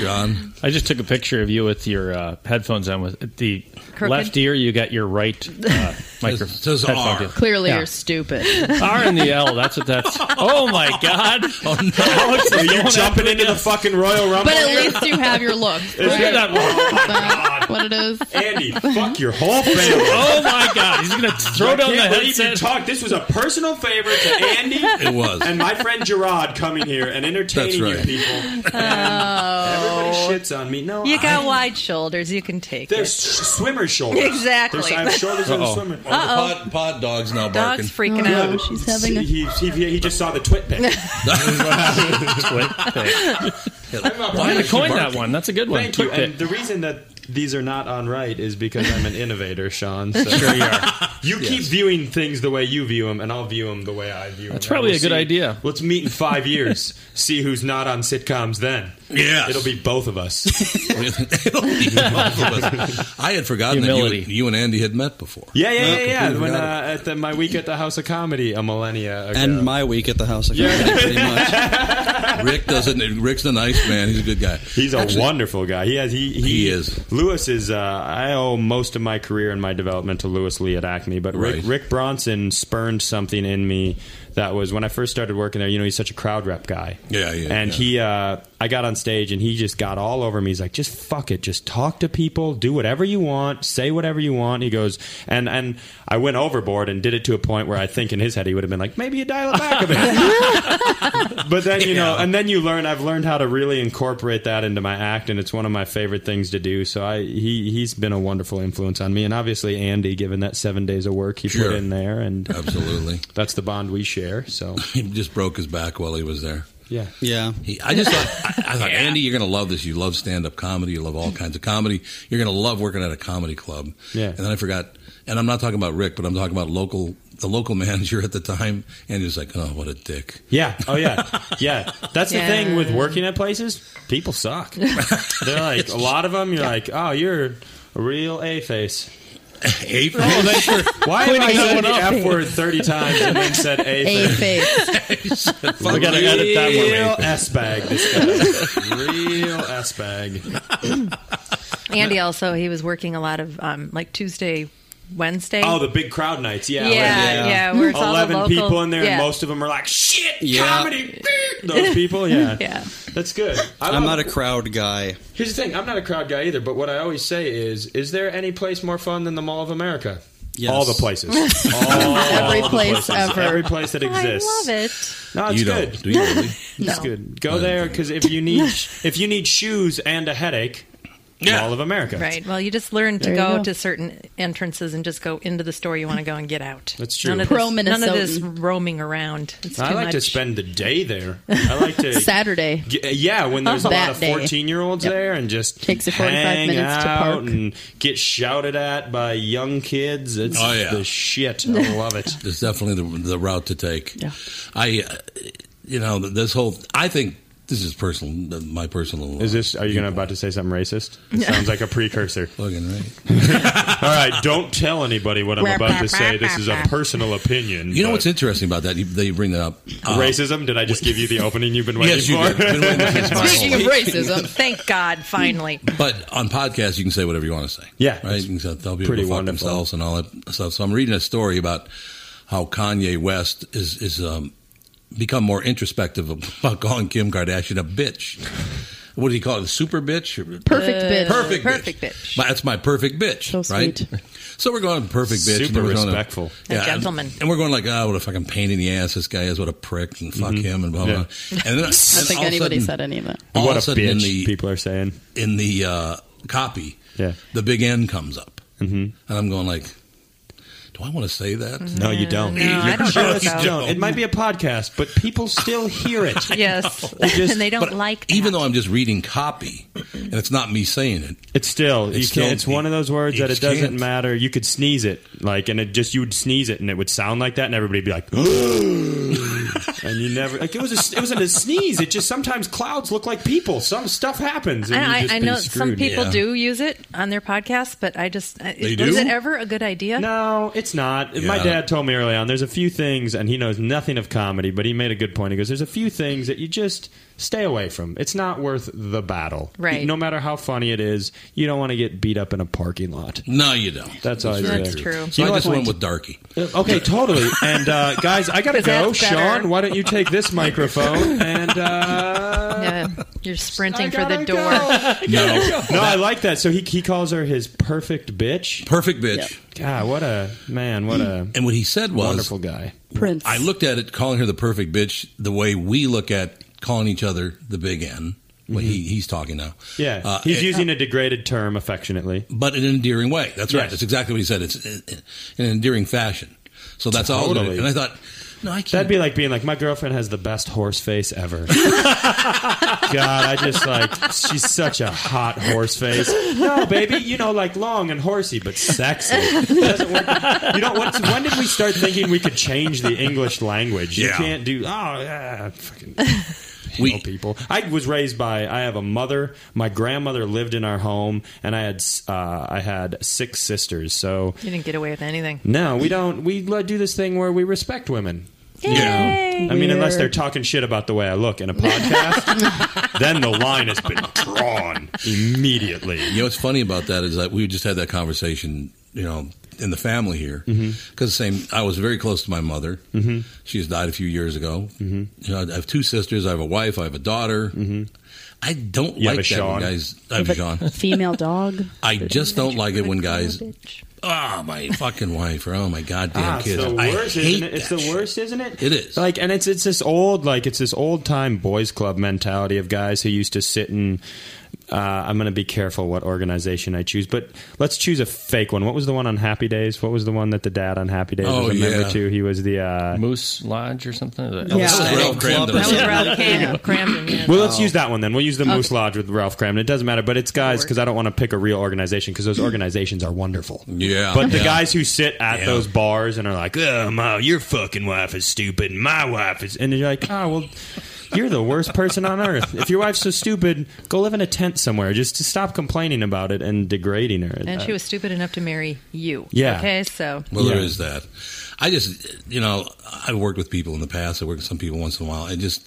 John, I just took a picture of you with your uh, headphones on. With the left ear, you got your right uh, microphone. says R. Clearly, Yeah. you're stupid. R and the L. That's what that's. Oh my God! Oh no! Are you jumping into the fucking Royal Rumble? But at least you have your look. that That's what it is? Andy, fuck your whole family. Oh my God! He's gonna throw down the can't believe you headset. talked. This was a personal favor to Andy. It was. And my friend Gerard coming here and entertaining That's right. you people. Everybody shits on me. No, You got I, wide shoulders. You can take They're it. s- swimmer shoulders. Exactly. There's- I have shoulders of a Uh-oh. swimmer. Oh, the pod, pod dog's now barking. Dog's freaking Oh, out. she's See, having a. he, he, he just saw the twit pic. I'm Why gonna is she coin that barking? one. That's a good one. Thank you. Twit And pic. the reason that these are not on right is because I'm an innovator, Sean. So Sure you are. you keep viewing things the way you view them, and I'll view them the way I view them. That's probably a good idea. Let's meet in five years. see who's not on sitcoms then. Yes. It'll be both of us. It'll be marvelous. I had forgotten Humility. that you, you and Andy had met before. Yeah, yeah, yeah, yeah. we When got uh, at the, my week at the House of Comedy a millennia ago. And my week at the house. I yeah. pretty much. Rick doesn't. Rick's a nice man. He's a good guy. He's a Actually, wonderful guy. He has he he, He is. Lewis is. Uh, I owe most of my career and my development to Lewis Lee at Acme, but Right. Rick, Rick Bronson spurned something in me that was when I first started working there. You know, he's such a crowd rep guy. Yeah, yeah, And yeah. he, uh, I got on stage and he just got all over me. He's like, just fuck it, just talk to people, do whatever you want, say whatever you want. He goes, and and I went overboard and did it to a point where I think in his head he would have been like, maybe you dial it back a bit. but then you know, and then you learn. I've learned how to really incorporate that into my act, and it's one of my favorite things to do. So I he he's been a wonderful influence on me, and obviously Andy, given that seven days of work he Sure. put in there, and Absolutely. that's the bond we share. So He just broke his back while he was there. yeah, Yeah. He, I just thought, I, I thought, Andy, you're going to love this. You love stand up comedy. You love all kinds of comedy. You're going to love working at a comedy club. Yeah. And then I forgot, and I'm not talking about Rick, but I'm talking about local, the local manager at the time. And he was like, oh, what a dick. yeah, oh yeah, yeah. That's Yeah. the thing with working at places. People suck. They're like a lot of them. You're like, oh, you're a real a face. Eight Oh, thanks for why have I Cleaning that said one the up. F word thirty times and then said a A face? face. We gotta Real edit that one. Real s bag. This guy. Real s bag. Andy also, he was working a lot of um, like Tuesday, Wednesday. Oh, the big crowd nights. Yeah, yeah, yeah, where it's all the Eleven local- people in there, yeah. and most of them are like, "Shit, Yeah. comedy." Those people, yeah, Yeah. that's good. I I'm love- not a crowd guy. Here's the thing: I'm not a crowd guy either. But what I always say is, is there any place more fun than the Mall of America? Yes. All the places, all Every the place places. ever. every place that exists. I love it. No, it's you good. don't. Do you really? It's good. Go don't there think- because if you need if you need shoes and a headache, Yeah. Mall of America. Right. Well, you just learn to There you go, go. to certain entrances and just go into the store you want to go and get out. That's true. None of, Pro this, none of this Minnesotan. roaming around. It's I too like to much. spend the day there. I like to Saturday. G- uh, Yeah, when there's a lot That of day. fourteen-year-olds Yep. there, and just Takes you 45 hang minutes to out park. and get shouted at by young kids. It's Oh, yeah. the shit. I love it. It's definitely the, the route to take. Yeah. I, uh, you know, this whole, I think this is personal, my personal. Is this? Are you gonna about to say something racist? It sounds like a precursor. Fucking right. All right, don't tell anybody what I'm about to say. This is a personal opinion. You know but- what's interesting about that? You, that you bring that up. Uh, racism? Did I just give you the opening you've been waiting Yes, you for? did. Been waiting since my Speaking of whole life. racism, Thank God, finally. But on podcasts, you can say whatever you want to say. Yeah, Right? it's You can say, tell people pretty to fuck wonderful. themselves and all that stuff. So I'm reading a story about how Kanye West is, is um, become more introspective about calling Kim Kardashian a bitch. What did he call it? A super bitch? Or- perfect bitch. Perfect, Perfect bitch. But That's my perfect bitch, So right? sweet. So we're going perfect bitch. Super and we're going to- respectful. A gentleman. And, and we're going like, oh, what a fucking pain in the ass this guy is. What a prick, and fuck him, and blah blah. Mm-hmm. Yeah. blah. And then, I I don't think anybody said any of that. All what of a a sudden, bitch! in the people are saying. in the uh, copy, Yeah. the big N comes up, mm-hmm. and I'm going like, do I want to say that? No, you don't. No, I don't sure think you so. Don't. It might be a podcast, but people still hear it. Yes. just- and they don't But like that. even though I'm just reading copy, and it's not me saying it. It's still It's you can't. still- it's one of those words you that it just doesn't can't. matter. You could sneeze it, like, and it just you would sneeze it, and it would sound like that, and everybody'd be like, and you never like it was. A, it wasn't a sneeze. It just sometimes clouds look like people. Some stuff happens. And And you I, just I be know some screwed. people do use it on their podcasts, but I just I- They was do? it ever a good idea? No, it's not. My Yeah. dad told me early on there's a few things, and he knows nothing of comedy, but he made a good point. He goes, There's a few things that you just stay away from. It's not worth the battle. Right. No matter how funny it is, you don't want to get beat up in a parking lot. No, you don't. That's all very I say. So You I know just what- went with Darky. Okay, totally. And uh, guys, I gotta 'Cause go. that's better. Sean, why don't you take this microphone? And uh, Yeah, you're sprinting for the door. no, no, I like that. So he he calls her his perfect bitch. Perfect bitch. God, what a man! What a and what he said was wonderful guy. Prince. I looked at it calling her the perfect bitch the way we look at calling each other the big N. Well, he, Mm-hmm. he's talking now. Yeah, Uh, he's it- using a degraded term affectionately. but in an endearing way. That's right. Yes. That's exactly what he said. It's in in an endearing fashion. So that's all. it Totally. is. And I thought, no, I can't. That'd be like being like, my girlfriend has the best horse face ever. God, I just like, she's such a hot horse face. No, baby, you know, like long and horsey, but sexy. It doesn't work. You know, what's, when did we start thinking we could change the English language? You Yeah. can't do, oh, yeah, fucking. We, people. I was raised by. I have a mother. My grandmother lived in our home, and I had s- uh, I had six sisters. So You didn't get away with anything. no, we don't. We le- do this thing where we respect women. You Yay! know? I mean, unless they're Weird. talking shit about the way I look in a podcast, then the line has been drawn immediately. You know what's funny about that is that we just had that conversation, you know, in the family here. Mm-hmm. Because same, I was very close to my mother. Mhm. She has died a few years ago. Mm-hmm. You know, I have two sisters. I have a wife. I have a daughter. I don't You have like a that Sean? when guys. I have a Sean. Female dog. I just don't like it when guys. Ah, my fucking wife, or oh my goddamn Ah, it's kids. the I worst, hate isn't it? It's that the shit. worst, isn't it? It is. Like, and it's it's this old like it's this old time boys club mentality of guys who used to sit in. Uh, I'm going to be careful what organization I choose, but let's choose a fake one. What was the one on Happy Days? What was the one that the dad on Happy Days Oh, was a member yeah. to? He was the uh, Moose Lodge or something. Yeah. That was Ralph Cramden. That was Cram- Ralph Cramden, yeah. Well, let's use that one then. We'll use the Okay. Moose Lodge with Ralph Cramden. It doesn't matter, but it's guys because I don't want to pick a real organization because those organizations are wonderful. Yeah, But the Yeah. guys who sit at Yeah. those bars and are like, "Oh, my, your fucking wife is stupid. and My wife is," and you're like, "Oh, well." You're the worst person on earth. If your wife's so stupid, go live in a tent somewhere. Just to stop complaining about it and degrading her. And she was stupid enough to marry you. Yeah. Okay, so Well, there is that. I just, you know, I've worked with people in the past. I work with some people once in a while. I just,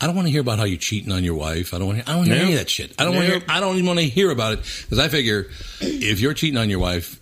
I don't want to hear about how you're cheating on your wife. I don't want to. I don't wanna hear any of Nope. that shit. I don't want to. Nope. Hear, I don't even want to hear about it because I figure if you're cheating on your wife,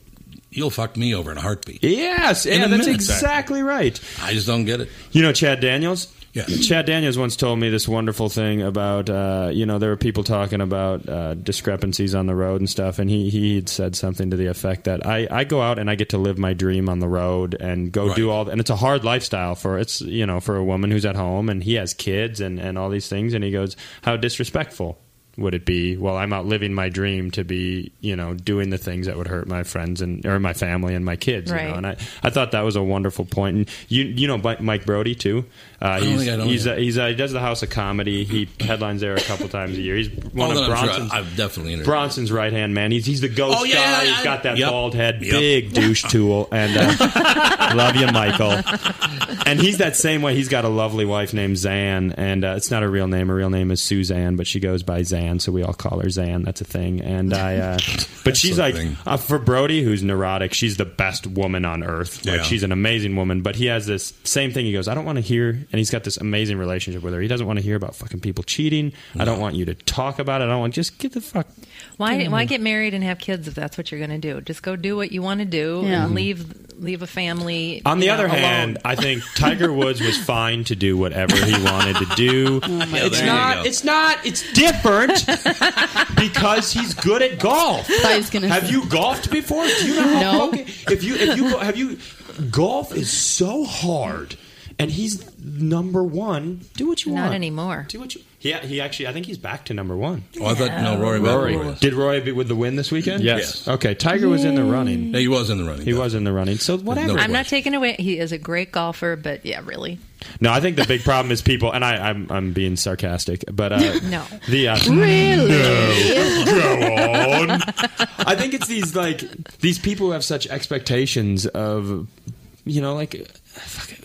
you'll fuck me over in a heartbeat. Yes, In yeah, a that's minute. exactly right. I just don't get it. You know Chad Daniels? Yeah. Chad Daniels once told me this wonderful thing about, uh, you know, there were people talking about uh, discrepancies on the road and stuff, and he, he had said something to the effect that I, I go out and I get to live my dream on the road and go do all, and it's a hard lifestyle for, it's, you know, for a woman who's at home and he has kids and, and all these things, and he goes, how disrespectful would it be while I'm out living my dream to be, you know, doing the things that would hurt my friends and, or my family and my kids, you know, Right. and I, I thought that was a wonderful point. And you you know Mi- Mike Brody too. Uh, don't he's think I know he's, him. uh, he's uh, he does the House of Comedy. He headlines there a couple times a year. He's Oh, one of then I'm sure Bronson's I- I've definitely interviewed Bronson's right hand man. He's he's the ghost Oh, yeah, guy. yeah, he's yeah. got that Yep. bald head, Yep. big douche tool, and uh, love you, Michael. And he's that same way. He's got a lovely wife named Zan, and uh, it's not a real name. Her real name is Suzanne, but she goes by Zan, so we all call her Zan. That's a thing. And I, uh, but she's a like thing. uh, for Brody, who's neurotic, she's the best woman on earth. Like Yeah. she's an amazing woman, but he has this same thing. He goes, I don't want to hear, and he's got this amazing relationship with her. He doesn't want to hear about fucking people cheating. I don't want you to talk about it. I don't want just get the fuck. why Yeah. why get married and have kids if that's what you're going to do? Just go do what you want to do Yeah. and leave leave a family. On the you know, other alone. hand, I think Tiger Woods was fine to do whatever he wanted to do. my God. it's There you not. go. It's not. It's different because he's good at golf. have you golfed before? Do you know how No. poker- if you if you go- have you golf is so hard, and he's number one. Do what you not want. anymore. Do what you Yeah, he actually. I think he's back to number one. Oh, I thought no, Rory. McIlroy was. Did Roy be with the win this weekend? Yes. Okay. Tiger was in the running. No, he was in the running. He was in the running. So whatever. I'm not taking away. He is a great golfer, but yeah, really. No, I think the big problem is people, and I, I'm I'm being sarcastic, but uh, No. the uh, Really? no, go on. I think it's these like these people who have such expectations of, you know, like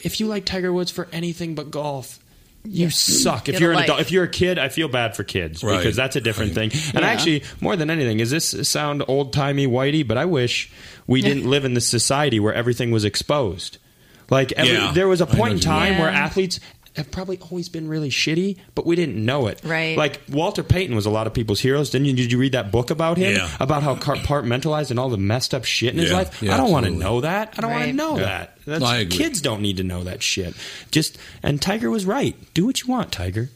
if you like Tiger Woods for anything but golf, you Yeah. suck. If Get a you're an life. adult, if you're a kid, I feel bad for kids Right. because that's a different thing. And Yeah. actually, more than anything, is this sound old timey whitey? But I wish we Yeah. didn't live in this society where everything was exposed. Like every, Yeah. there was a I know point in what you mean. time where Yeah. athletes have probably always been really shitty, but we didn't know it. Right. Like Walter Payton was a lot of people's heroes. Didn't you? Did you read that book about him? Yeah. About how compartmentalized and all the messed up shit in his Yeah. life. Yeah, I don't want to absolutely. know that. I don't want to Right. know Yeah. that. No, That's, I agree. Kids don't need to know that shit. Just and Tiger was right. Do what you want, Tiger.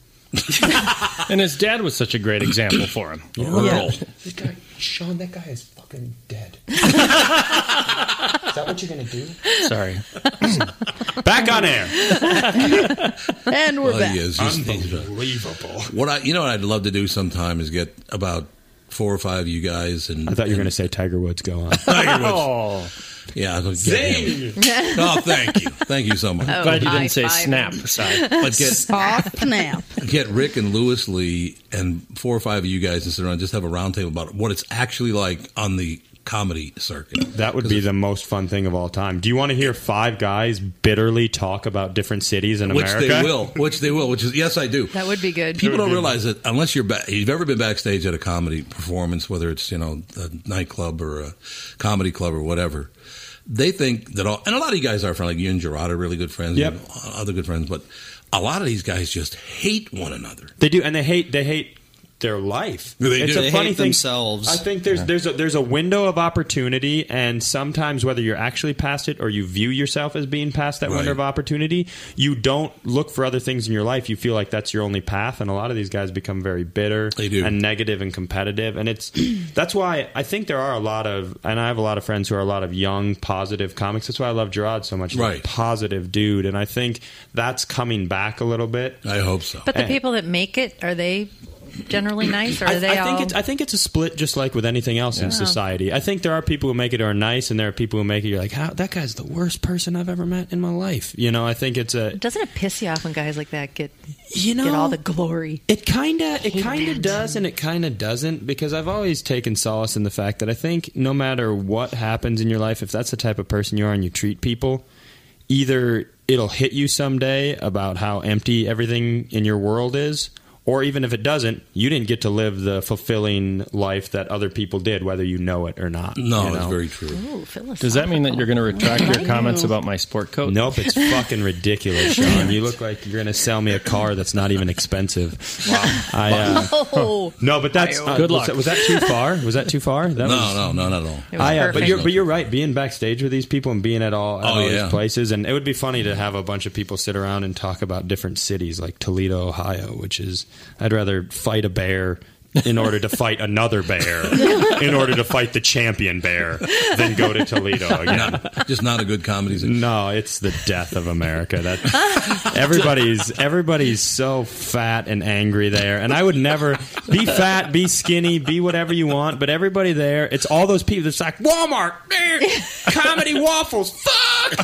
and his dad was such a great example for him. Yeah. That guy, Sean, that guy is fucking dead. is that what you're gonna do? Sorry. back on air. and we're Well, back. Oh, he is. He's- he's- What I, you know, what I'd love to do sometime is get about four or five of you guys, and I thought you were gonna say Tiger Woods. Go on. Tiger Woods. Oh. Oh. Yeah, I could get him. oh, thank you, thank you so much. Oh, Glad you didn't high say five. snap, sorry. But get Soft snap. get Rick and Lewis Lee and four or five of you guys to sit around and just have a roundtable about what it's actually like on the comedy circuit. That would be the most fun thing of all time. Do you want to hear five guys bitterly talk about different cities in which America? they will, which they will, which is yes, I do. That would be good. People don't realize that unless you're ba- you've ever been backstage at a comedy performance, whether it's you know a nightclub or a comedy club or whatever, they think that all and a lot of you guys are friends. Like you and Gerard are really good friends. Yep. and other good friends, but a lot of these guys just hate one another. They do, and they hate. They hate their life. They it's do. a They funny hate thing. themselves. I think there's Yeah. there's a, there's a window of opportunity, and sometimes whether you're actually past it or you view yourself as being past that window of opportunity, you don't look for other things in your life. You feel like that's your only path, and a lot of these guys become very bitter and negative and competitive, and it's that's why I think there are a lot of, and I have a lot of friends who are a lot of young positive comics. That's why I love Gerard so much. He's a Right. positive dude, and I think that's coming back a little bit. I hope so. But the people that make it are they generally nice, or are Eh. I, they I all? think it's I think it's a split, just like with anything else in Yeah. society. I think there are people who make it who are nice, and there are people who make it. You're like, how that guy's the worst person I've ever met in my life. You know, I think it's a. Doesn't it piss you off when guys like that get you know get all the glory? It kinda it Hate kind of that. does and it kind of doesn't because I've always taken solace in the fact that I think no matter what happens in your life, if that's the type of person you are and you treat people, either it'll hit you someday about how empty everything in your world is. Or even if it doesn't, you didn't get to live the fulfilling life that other people did, whether you know it or not. No, you it's know? very true. Does that mean that you're going to retract your Wow. comments about my sport coat? Nope, it's fucking ridiculous, Sean. You look like you're going to sell me a car that's not even expensive. I, uh, Oh. No, but that's uh, was Good luck. that- Was that, too far? Was that too far? That No, was, no, no, not at all. It was I, uh, but perfect. you're but you're right. Being backstage with these people and being at all, at Oh, all yeah. these places, and it would be funny to have a bunch of people sit around and talk about different cities, like Toledo, Ohio, which is I'd rather fight a bear. in order to fight another bear, in order to fight the champion bear, than go to Toledo again. just not a good comedy. No, it's the death of America. That everybody's everybody's so fat and angry there. And I would never be fat, be skinny, be whatever you want. But everybody there, it's all those people that's like Walmart, eh, comedy waffles.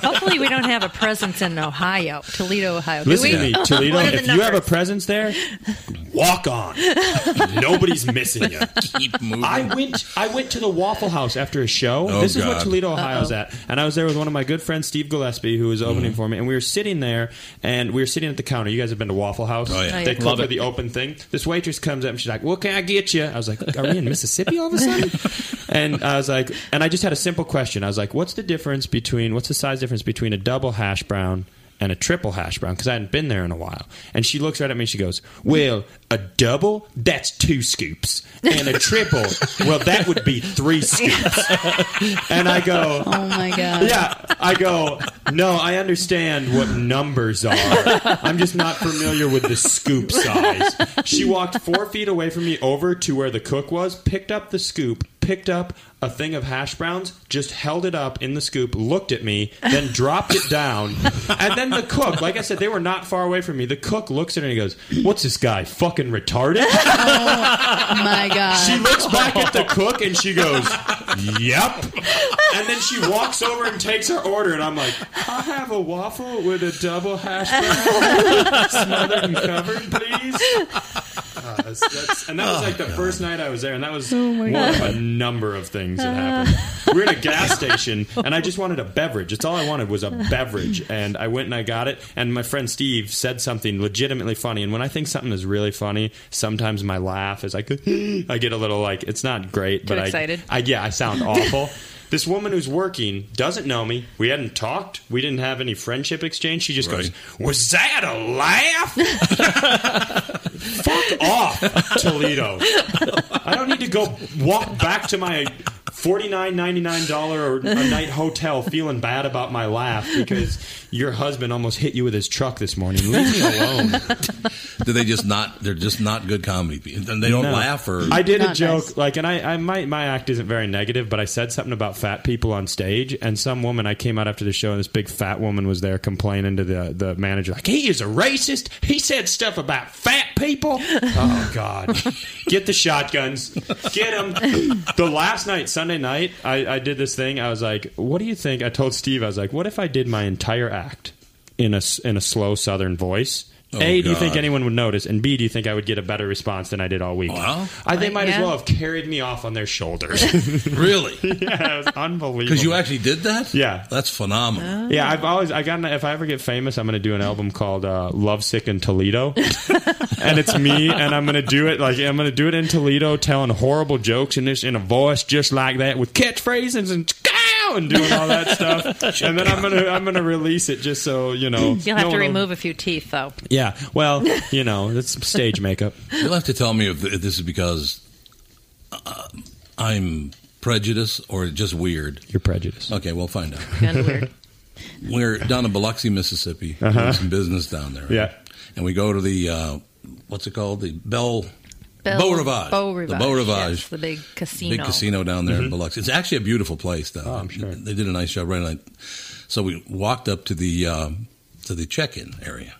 Hopefully, we don't have a presence in Ohio, Toledo, Ohio. Do Listen we? to me, Toledo. What are the If you have a numbers? presence there, walk on. Nobody's missing you. Keep moving. I went. I went to the Waffle House after a show. Oh, this is God. what Toledo, Ohio's Uh-oh. at, and I was there with one of my good friends, Steve Gillespie, who was Mm-hmm. opening for me. And we were sitting there, and we were sitting at the counter. You guys have been to Waffle House? Oh, yeah. Oh, yeah. They cook Love for it. the open thing. This waitress comes up and she's like, "What can I get you?" I was like, "Are we in Mississippi all of a sudden?" and I was like, and I just had a simple question. I was like, "What's the difference between? What's the size difference between a double hash brown?" And a triple hash brown because I hadn't been there in a while. And she looks right at me and she goes, Well, a double, that's two scoops. And a triple, well, that would be three scoops. And I go, Oh my god. yeah, I go. No, I understand what numbers are. I'm just not familiar with the scoop size. She walked four feet away from me over to where the cook was, picked up the scoop, picked up a thing of hash browns, just held it up in the scoop, looked at me, then dropped it down, and then the cook. Like I said, they were not far away from me. The cook looks at her and he goes, "What's this guy fucking retarded?" Oh my god. She looks back at the cook and she goes, "Yep." And then she walks over and takes her order, and I'm like, "I have a waffle with a double hash brown, smothered and covered, please." Uh, That's- that's- and that was Oh, like the first night I was there, and that was Oh, my one God. of a number of things that Ah. happened. We were at a gas station, and I just wanted a beverage. It's all I wanted was a beverage, and I went and I got it. And my friend Steve said something legitimately funny, and when I think something is really funny, sometimes my laugh is like I get a little like it's not great, Too but I- excited? I yeah, I sound awful. This woman who's working doesn't know me. We hadn't talked. We didn't have any friendship exchange. She just goes, "Was that a laugh?" Fuck off, Toledo. I don't need to go walk back to my forty-nine ninety-nine dollar a night hotel feeling bad about my laugh because your husband almost hit you with his truck this morning. Leave me alone. Do they just not? They're just not good comedy. pe- And they don't No. laugh or I did a joke like, and I, I might my act isn't very negative, but I said something about fat people on stage, and some woman I came out after the show, and this big fat woman was there complaining to the the manager like, he is a racist. He said stuff about fat people. oh God, get the shotguns, get them. the last night, Sunday night, I, I did this thing. I was like, what do you think? I told Steve, I was like, what if I did my entire act in a s- in a slow Southern voice? Oh, a, do you think God. anyone would notice? And B, do you think I would get a better response than I did all week? I, they Like, might as yeah. well have carried me off on their shoulders. really? yeah, it was unbelievable. Because you actually did that? Yeah, that's phenomenal. Yeah, I've always I got an- if I ever get famous, I'm going to do an album called uh, "Love Sick in Toledo," and it's me, and I'm going to do it like I'm going to do it in Toledo, telling horrible jokes in this in a voice just like that with catchphrases and. And doing all that stuff, and then I'm gonna I'm gonna release it just so you know. You'll have to no one will- remove a few teeth, though. Yeah, well, you know, it's stage makeup. You'll have to tell me if, if this is because uh, I'm prejudiced or just weird. You're prejudiced. Okay, we'll find out. Kinda weird. We're down in Biloxi, Mississippi, Uh-huh. doing some business down there. Yeah. And we go to the, uh, what's it called? The Bell. Bell- Beau Rivage. Beau Rivage. The Beau Rivage. yes, the big casino. Big casino down there Mm-hmm. in Mhm. Biloxi. It's actually a beautiful place Oh, down there. They did a nice job right on. So we walked up to the um, to the check-in area,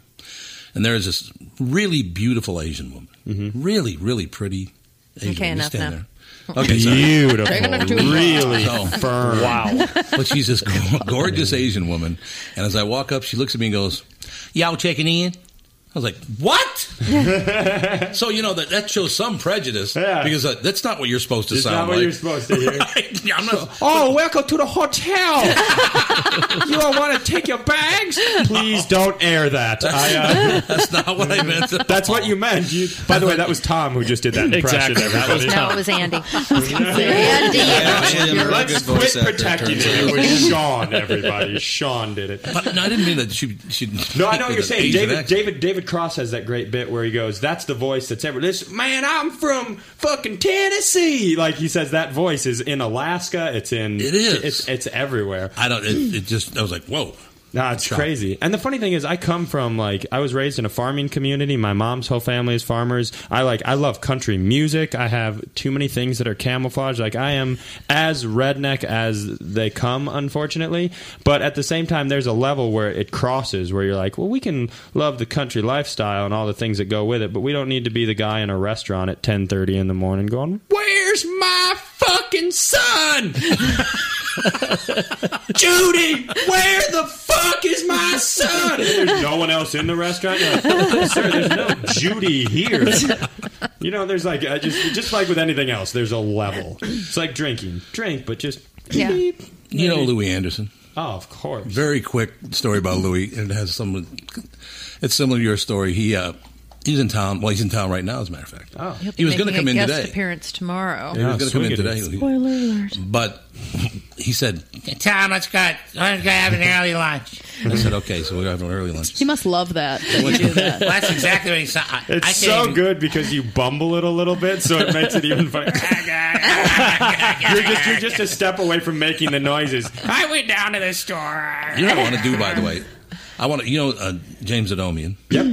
and there is this really beautiful Asian woman, Mm-hmm. really really pretty. Asian Okay, woman. You enough stand now. there. Okay, sorry. Beautiful. They're gonna do it. Really firm. Wow. But she's this gorgeous Asian woman, and as I walk up, she looks at me and goes, "Y'all checking in?" I was like, "What?" so you know that that shows some prejudice because uh, that's not what you're supposed to It's sound not what like. you're supposed to hear. I'm not, Oh, welcome to the hotel. you all want to take your bags? Please don't air that. I, uh, that's not what I meant. That's what you meant. You, by the way, that was Tom who just did that impression. Exactly. That was everybody. No, it was Andy. Yeah, Andy, yeah, you're- Let's good voice quit actor, protecting turns it. It out. was Sean, everybody. Sean did it. But no, I didn't mean that. She, she No, I know with what you're an saying. Asian David, accent. David David Cross has that great bit where he goes, "That's the voice that's ever this man. I'm from fucking Tennessee." Like he says, that voice is in Alaska. It's in it is. It's, it's everywhere. I don't. It, it just. I was like, whoa. Nah, it's Shock. crazy. And the funny thing is, I come from like I was raised in a farming community. My mom's whole family is farmers. I like I love country music. I have too many things that are camouflage. Like I am as redneck as they come, unfortunately. But at the same time, there's a level where it crosses where you're like, well, we can love the country lifestyle and all the things that go with it, but we don't need to be the guy in a restaurant at 10:30 in the morning going, Where's my fucking son? Judy, where the fuck is my son? There's no one else in the restaurant. You're like, Sir, there's no Judy here. You know, there's like I just just like with anything else, there's a level. It's like drinking, drink, but just Yeah. You know Louis Anderson. Oh, of course. Very quick story about Louis, and it has some. It's similar to your story. He uh, he's in town. Well, he's in town right now, as a matter of fact. Oh. He'll be He was gonna making a come in guest today. appearance tomorrow. He was going to come in today, Spoiler alert. but he said, Tom, let's go. Let's go have an early lunch. I said, okay, so we're having an early lunch. He must love that. that you do that. Well, that's exactly what he saw. I- I It's so can't- good because you bumble it a little bit, so it makes it even funnier. you're just you're just a step away from making the noises. I went down to the store. You know what I want to do, by the way? I want to, you know, uh, James Adomian. Yep.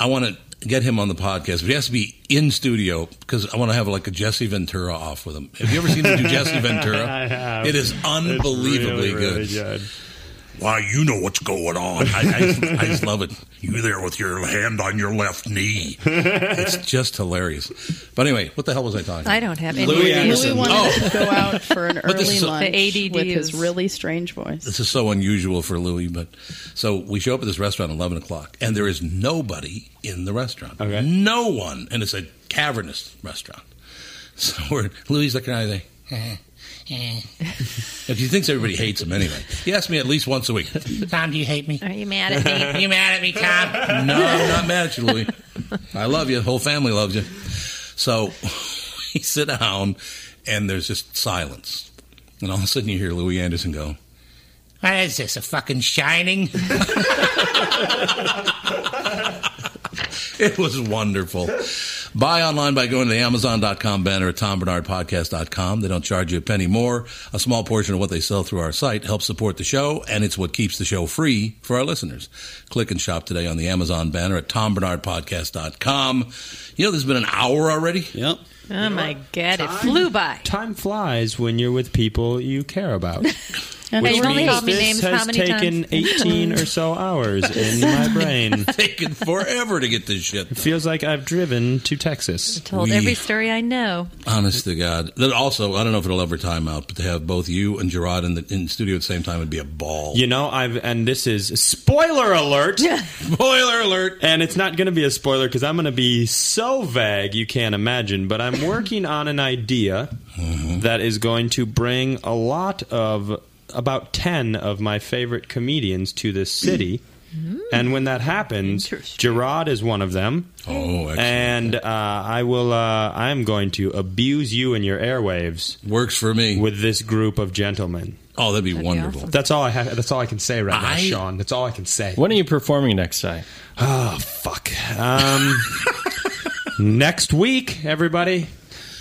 I want to get him on the podcast, but he has to be in studio because I want to have like a Jesse Ventura off with him. Have you ever seen him do Jesse Ventura? I have. It is It's unbelievably really, really good. Why, you know what's going on. I, I, just, I just love it. You there with your hand on your left knee. It's just hilarious. But anyway, what the hell was I talking about? I don't have any. Louis idea. Anderson. Louis wanted to go out for an But this early is a- lunch The ADD with his is- really strange voice. This is so unusual for Louis, but so we show up at this restaurant at eleven o'clock, and there is nobody in the restaurant. Okay. No one, and it's a cavernous restaurant. So we're Louis looking at me. eh, If he thinks everybody hates him anyway, he asks me at least once a week. Tom, do you hate me? Are you mad at me? You mad at me, Tom? No, I'm not mad at you, Louis. I love you. Whole family loves you. So we sit down, and there's just silence, and all of a sudden you hear Louis Anderson go. What is this? A fucking shining? It was wonderful. Buy online by going to the Amazon.com banner at TomBernardPodcast.com. They don't charge you a penny more. A small portion of what they sell through our site helps support the show, and it's what keeps the show free for our listeners. Click and shop today on the Amazon banner at TomBernardPodcast.com. You know, there's been an hour already. Yep. Oh my god, it flew by. Time flies when you're with people you care about. Okay, Which you've only means called me this names has how many taken times? 18 or so hours in my brain. Taken forever to get this shit. It feels like I've driven to Texas. Told every story I know. Honest to God. That also, I don't know if it'll ever time out, but to have both you and Gerard in the, in the studio at the same time would be a ball. You know, I've and this is spoiler alert. spoiler alert. And it's not going to be a spoiler because I'm going to be so vague you can't imagine. But I'm working on an idea Hmm. Mm-hmm. that is going to bring a lot of about ten of my favorite comedians to this city. Mm-hmm. And when that happens, Gerard is one of them. Oh, excellent. and uh, I will. Uh, I am going to abuse you and your airwaves. Works for me with this group of gentlemen. Oh, that'd be wonderful. That's all I have. That's all I can say right now, I- Sean. That's all I can say. When are you performing next time? Oh fuck! Um, next week, everybody.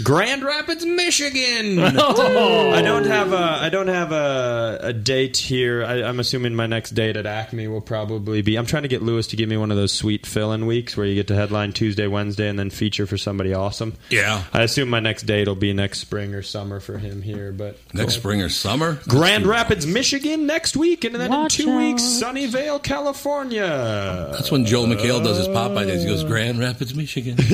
Grand Rapids, Michigan. Oh. I don't have a. I don't have a, a date here. I, I'm assuming my next date at Acme will probably be. I'm trying to get Lewis to give me one of those sweet fill-in weeks where you get to headline Tuesday, Wednesday, and then feature for somebody awesome. Yeah. I assume my next date will be next spring or summer for him here. But Next spring or summer? Grand Rapids, Michigan next week, and then in two weeks, Sunnyvale, California. That's when Joel McHale does his Popeye days. He goes, Grand Rapids, Michigan.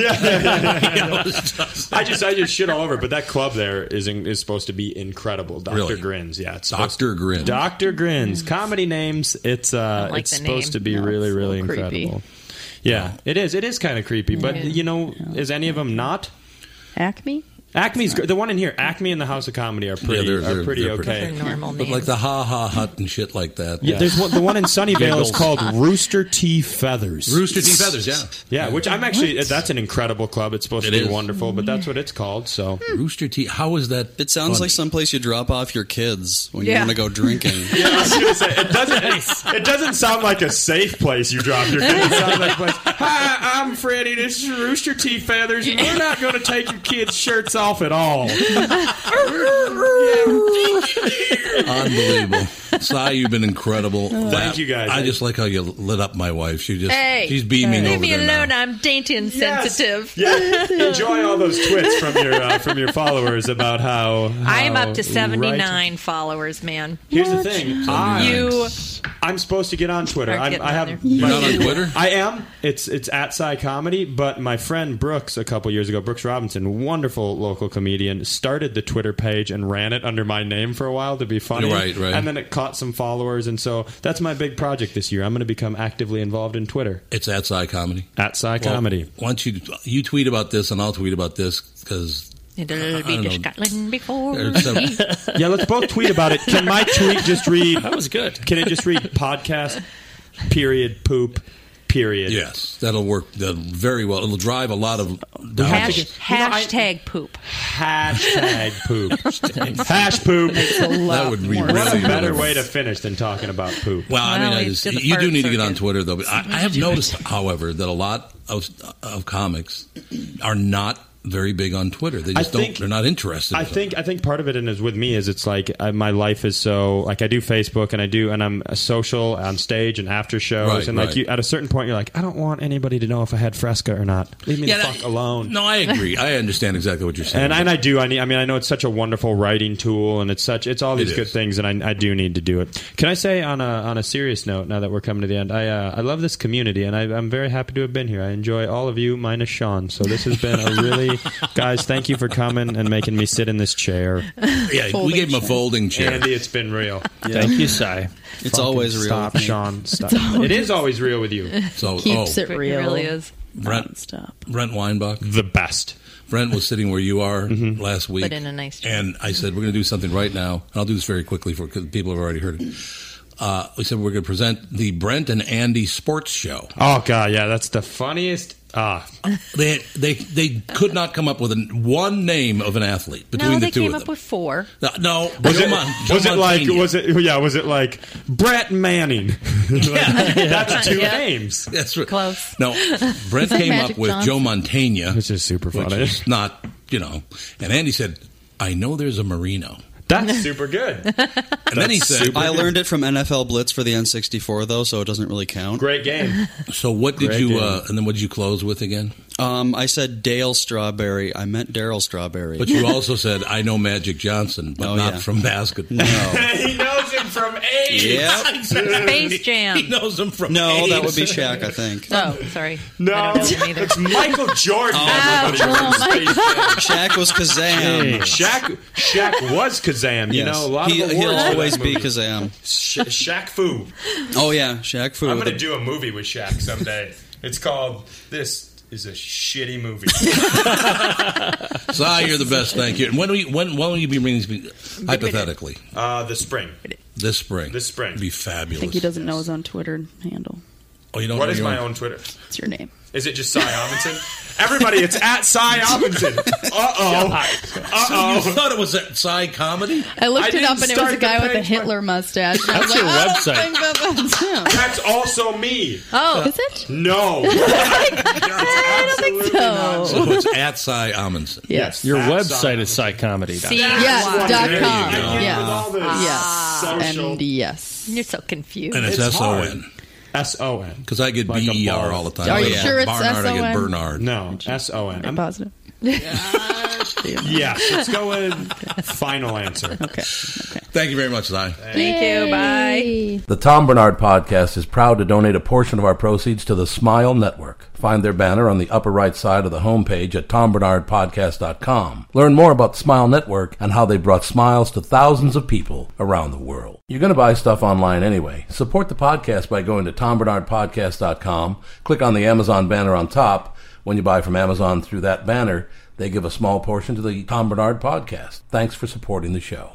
I just I just shit all over, it, but that club there is in, is supposed to be incredible. Doctor Really? Grins, yeah, it's supposed- Dr. Grin. Doctor Grins, comedy names. It's uh, don't like it's the supposed name. to be No, really it's a really little creepy. incredible. Yeah, it is. It is kind of creepy, but Yeah. you know, is any of them not? Acme? Acme's gr- the one in here. Acme and the House of Comedy are pretty Yeah, they're- are they're- pretty they're pretty- okay. But like the Ha Ha Hut and shit like that. Yeah, there's one, the one in Sunnyvale Giggles. is called Rooster Tea Feathers. Rooster Tea Feathers, yeah. yeah. Which I'm actually that's an incredible club. It's supposed It to be is. wonderful, but that's what it's called. So Rooster Tea. How is that? It sounds like someplace you drop off your kids when Yeah. you want to go drinking. Yeah, I was gonna say, it doesn't. It doesn't sound like a safe place you drop your kids. It sounds like a place. Hi, I'm Freddie. This is Rooster Teeth Feathers, and we're not going to take your kids' shirts off at all. Unbelievable. Sai, you've been incredible. Thank you, guys. I just like how you lit up my wife. She just hey, she's beaming leave over me there now. alone. I'm dainty and sensitive. Yeah, enjoy all those twits from your uh, from your followers about how, I'm how up to right- 79 followers, man. Here's the thing. I, You I'm supposed to get on Twitter. Start I'm, getting I on have. there. You're not on Twitter? I am. It's it's at Sci Comedy. But my friend Brooks, a couple years ago, Brooks Robinson, wonderful local comedian, started the Twitter page and ran it under my name for a while to be funny. Right, right. And then it caught some followers, and so that's my big project this year. I'm going to become actively involved in Twitter. It's at Psy Comedy. At Psy Comedy. Why don't you you tweet about this and I'll tweet about this because it'll I be don't to know. Scotland before. There's some- we- yeah, let's both tweet about it. Can my tweet just read? That was good. Can it just read podcast? Period. Poop. Period. yes, that'll work that'll very well. It'll drive a lot of Hash- dollars. hashtag poop. Hashtag poop. Hash poop. That would be What really a better really- way to finish than talking about poop. Well, I mean, Well, I we just, did the you do first need to get circuit. on Twitter though. But I, I have noticed, however, that a lot of, of comics are not very big on Twitter. They just I don't. think- they're not interested. I think I think part of it and is with me is it's like I, my life is so like I do Facebook and I do and I'm social on stage and after shows Right, and like right. you at a certain point you're like I don't want anybody to know if I had Fresca or not. Leave me the fuck alone. No, I agree. I understand exactly what you're saying. And, and I do. I, need, I mean, I know it's such a wonderful writing tool, and it's such it's all these It good is. things, and I, I do need to do it. Can I say on a on a serious note? Now that we're coming to the end, I uh, I love this community, and I, I'm very happy to have been here. I enjoy all of you, minus Sean. So this has been a really guys. Thank you for coming and making me sit in this chair. Yeah, we gave him a folding chair. Andy, it's been real. Yeah. Thank you, Cy. It's always real Stop, with me. Sean. Stop. It's always- It is always real with you. It's always- Keeps oh. it real. really is. Brent, Brent Weinbach, the best. Brent was sitting where you are Mm-hmm. last week, But in a nice chair. And I said, "We're going to do something right now." And I'll do this very quickly for because people have already heard it. Uh, we said we're going to present the Brent and Andy Sports Show. Oh god, yeah, that's the funniest. Ah, they they they could not come up with an, one name of an athlete between no, the they two came of up them. with four. no, Was Joe it, Mon- was Joe it like Montaigne. was it yeah was it like Brett Manning? Like, That's two Yeah. names. That's right. Close. No, Brett Is that came Magic up with Johnson? Joe Montaigne, which is super funny. Which is not, you know. And Andy said, "I know there's a Marino." That's super good. And then he said, I learned it from NFL Blitz for the N64 though, so it doesn't really count. Great game. So what did Great you? game. Uh, and then what did you close with again? Um, I said Dale Strawberry. I meant Daryl Strawberry. But you also said, "I know Magic Johnson, but Oh, not yeah. from basketball." No. he knows him from AIDS. Yep. Space Jam. He knows him from No, that AIDS. would be Shaq, I think. Oh, sorry. No, I don't know him either. it's Michael Jordan. Oh, oh my Shaq was Kazam. Shaq Shaq was Kazam. You Yes. know, a lot he, of he'll awards for always that be movie. Kazam. Sha Shaq Fu. Oh yeah, Shaq Fu. I'm with gonna a- do a movie with Shaq someday. it's called This is a shitty movie. Si, you're the best. Thank you. And when will you, when, when will you be bringing these hypothetically Uh, the spring. this spring? This spring. be I fabulous. think he doesn't know his own Twitter handle. Oh, you don't. What know is your my own- own Twitter? It's your name. Is it just Cy Amundsen? Everybody, it's at Cy Amundsen. Uh oh. Uh So you oh. thought it was that Psy comedy? I looked I it up didn't and it was a start the guy with a page, but- Hitler mustache. And I was That's like, your I don't website. think that that's him. That's also me. Oh, Is it? No. I don't think So Oh, it's at Cy Amundsen. Yes. Your That's website is psychomedy. See, Yes. yes. Dot There you com. go. I Yes. with all the Yes. social- And yes. You're so confused. And it's, It's S O N. S O N. Because I get Like a B E R bar. all the time. Are you I get sure it's Barnard, I get S O N? Bernard. No, S O I'm N. positive. Yes, let's go with final answer. Okay. Thank you very much, Cy. Thank you. Bye. The Tom Bernard Podcast is proud to donate a portion of our proceeds to the Smile Network. Find their banner on the upper right side of the homepage at tombernardpodcast.com. Learn more about the Smile Network and how they brought smiles to thousands of people around the world. You're going to buy stuff online anyway. Support the podcast by going to tombernardpodcast.com, click on the Amazon banner on top. When you buy from Amazon through that banner, they give a small portion to the Tom Bernard Podcast. Thanks for supporting the show.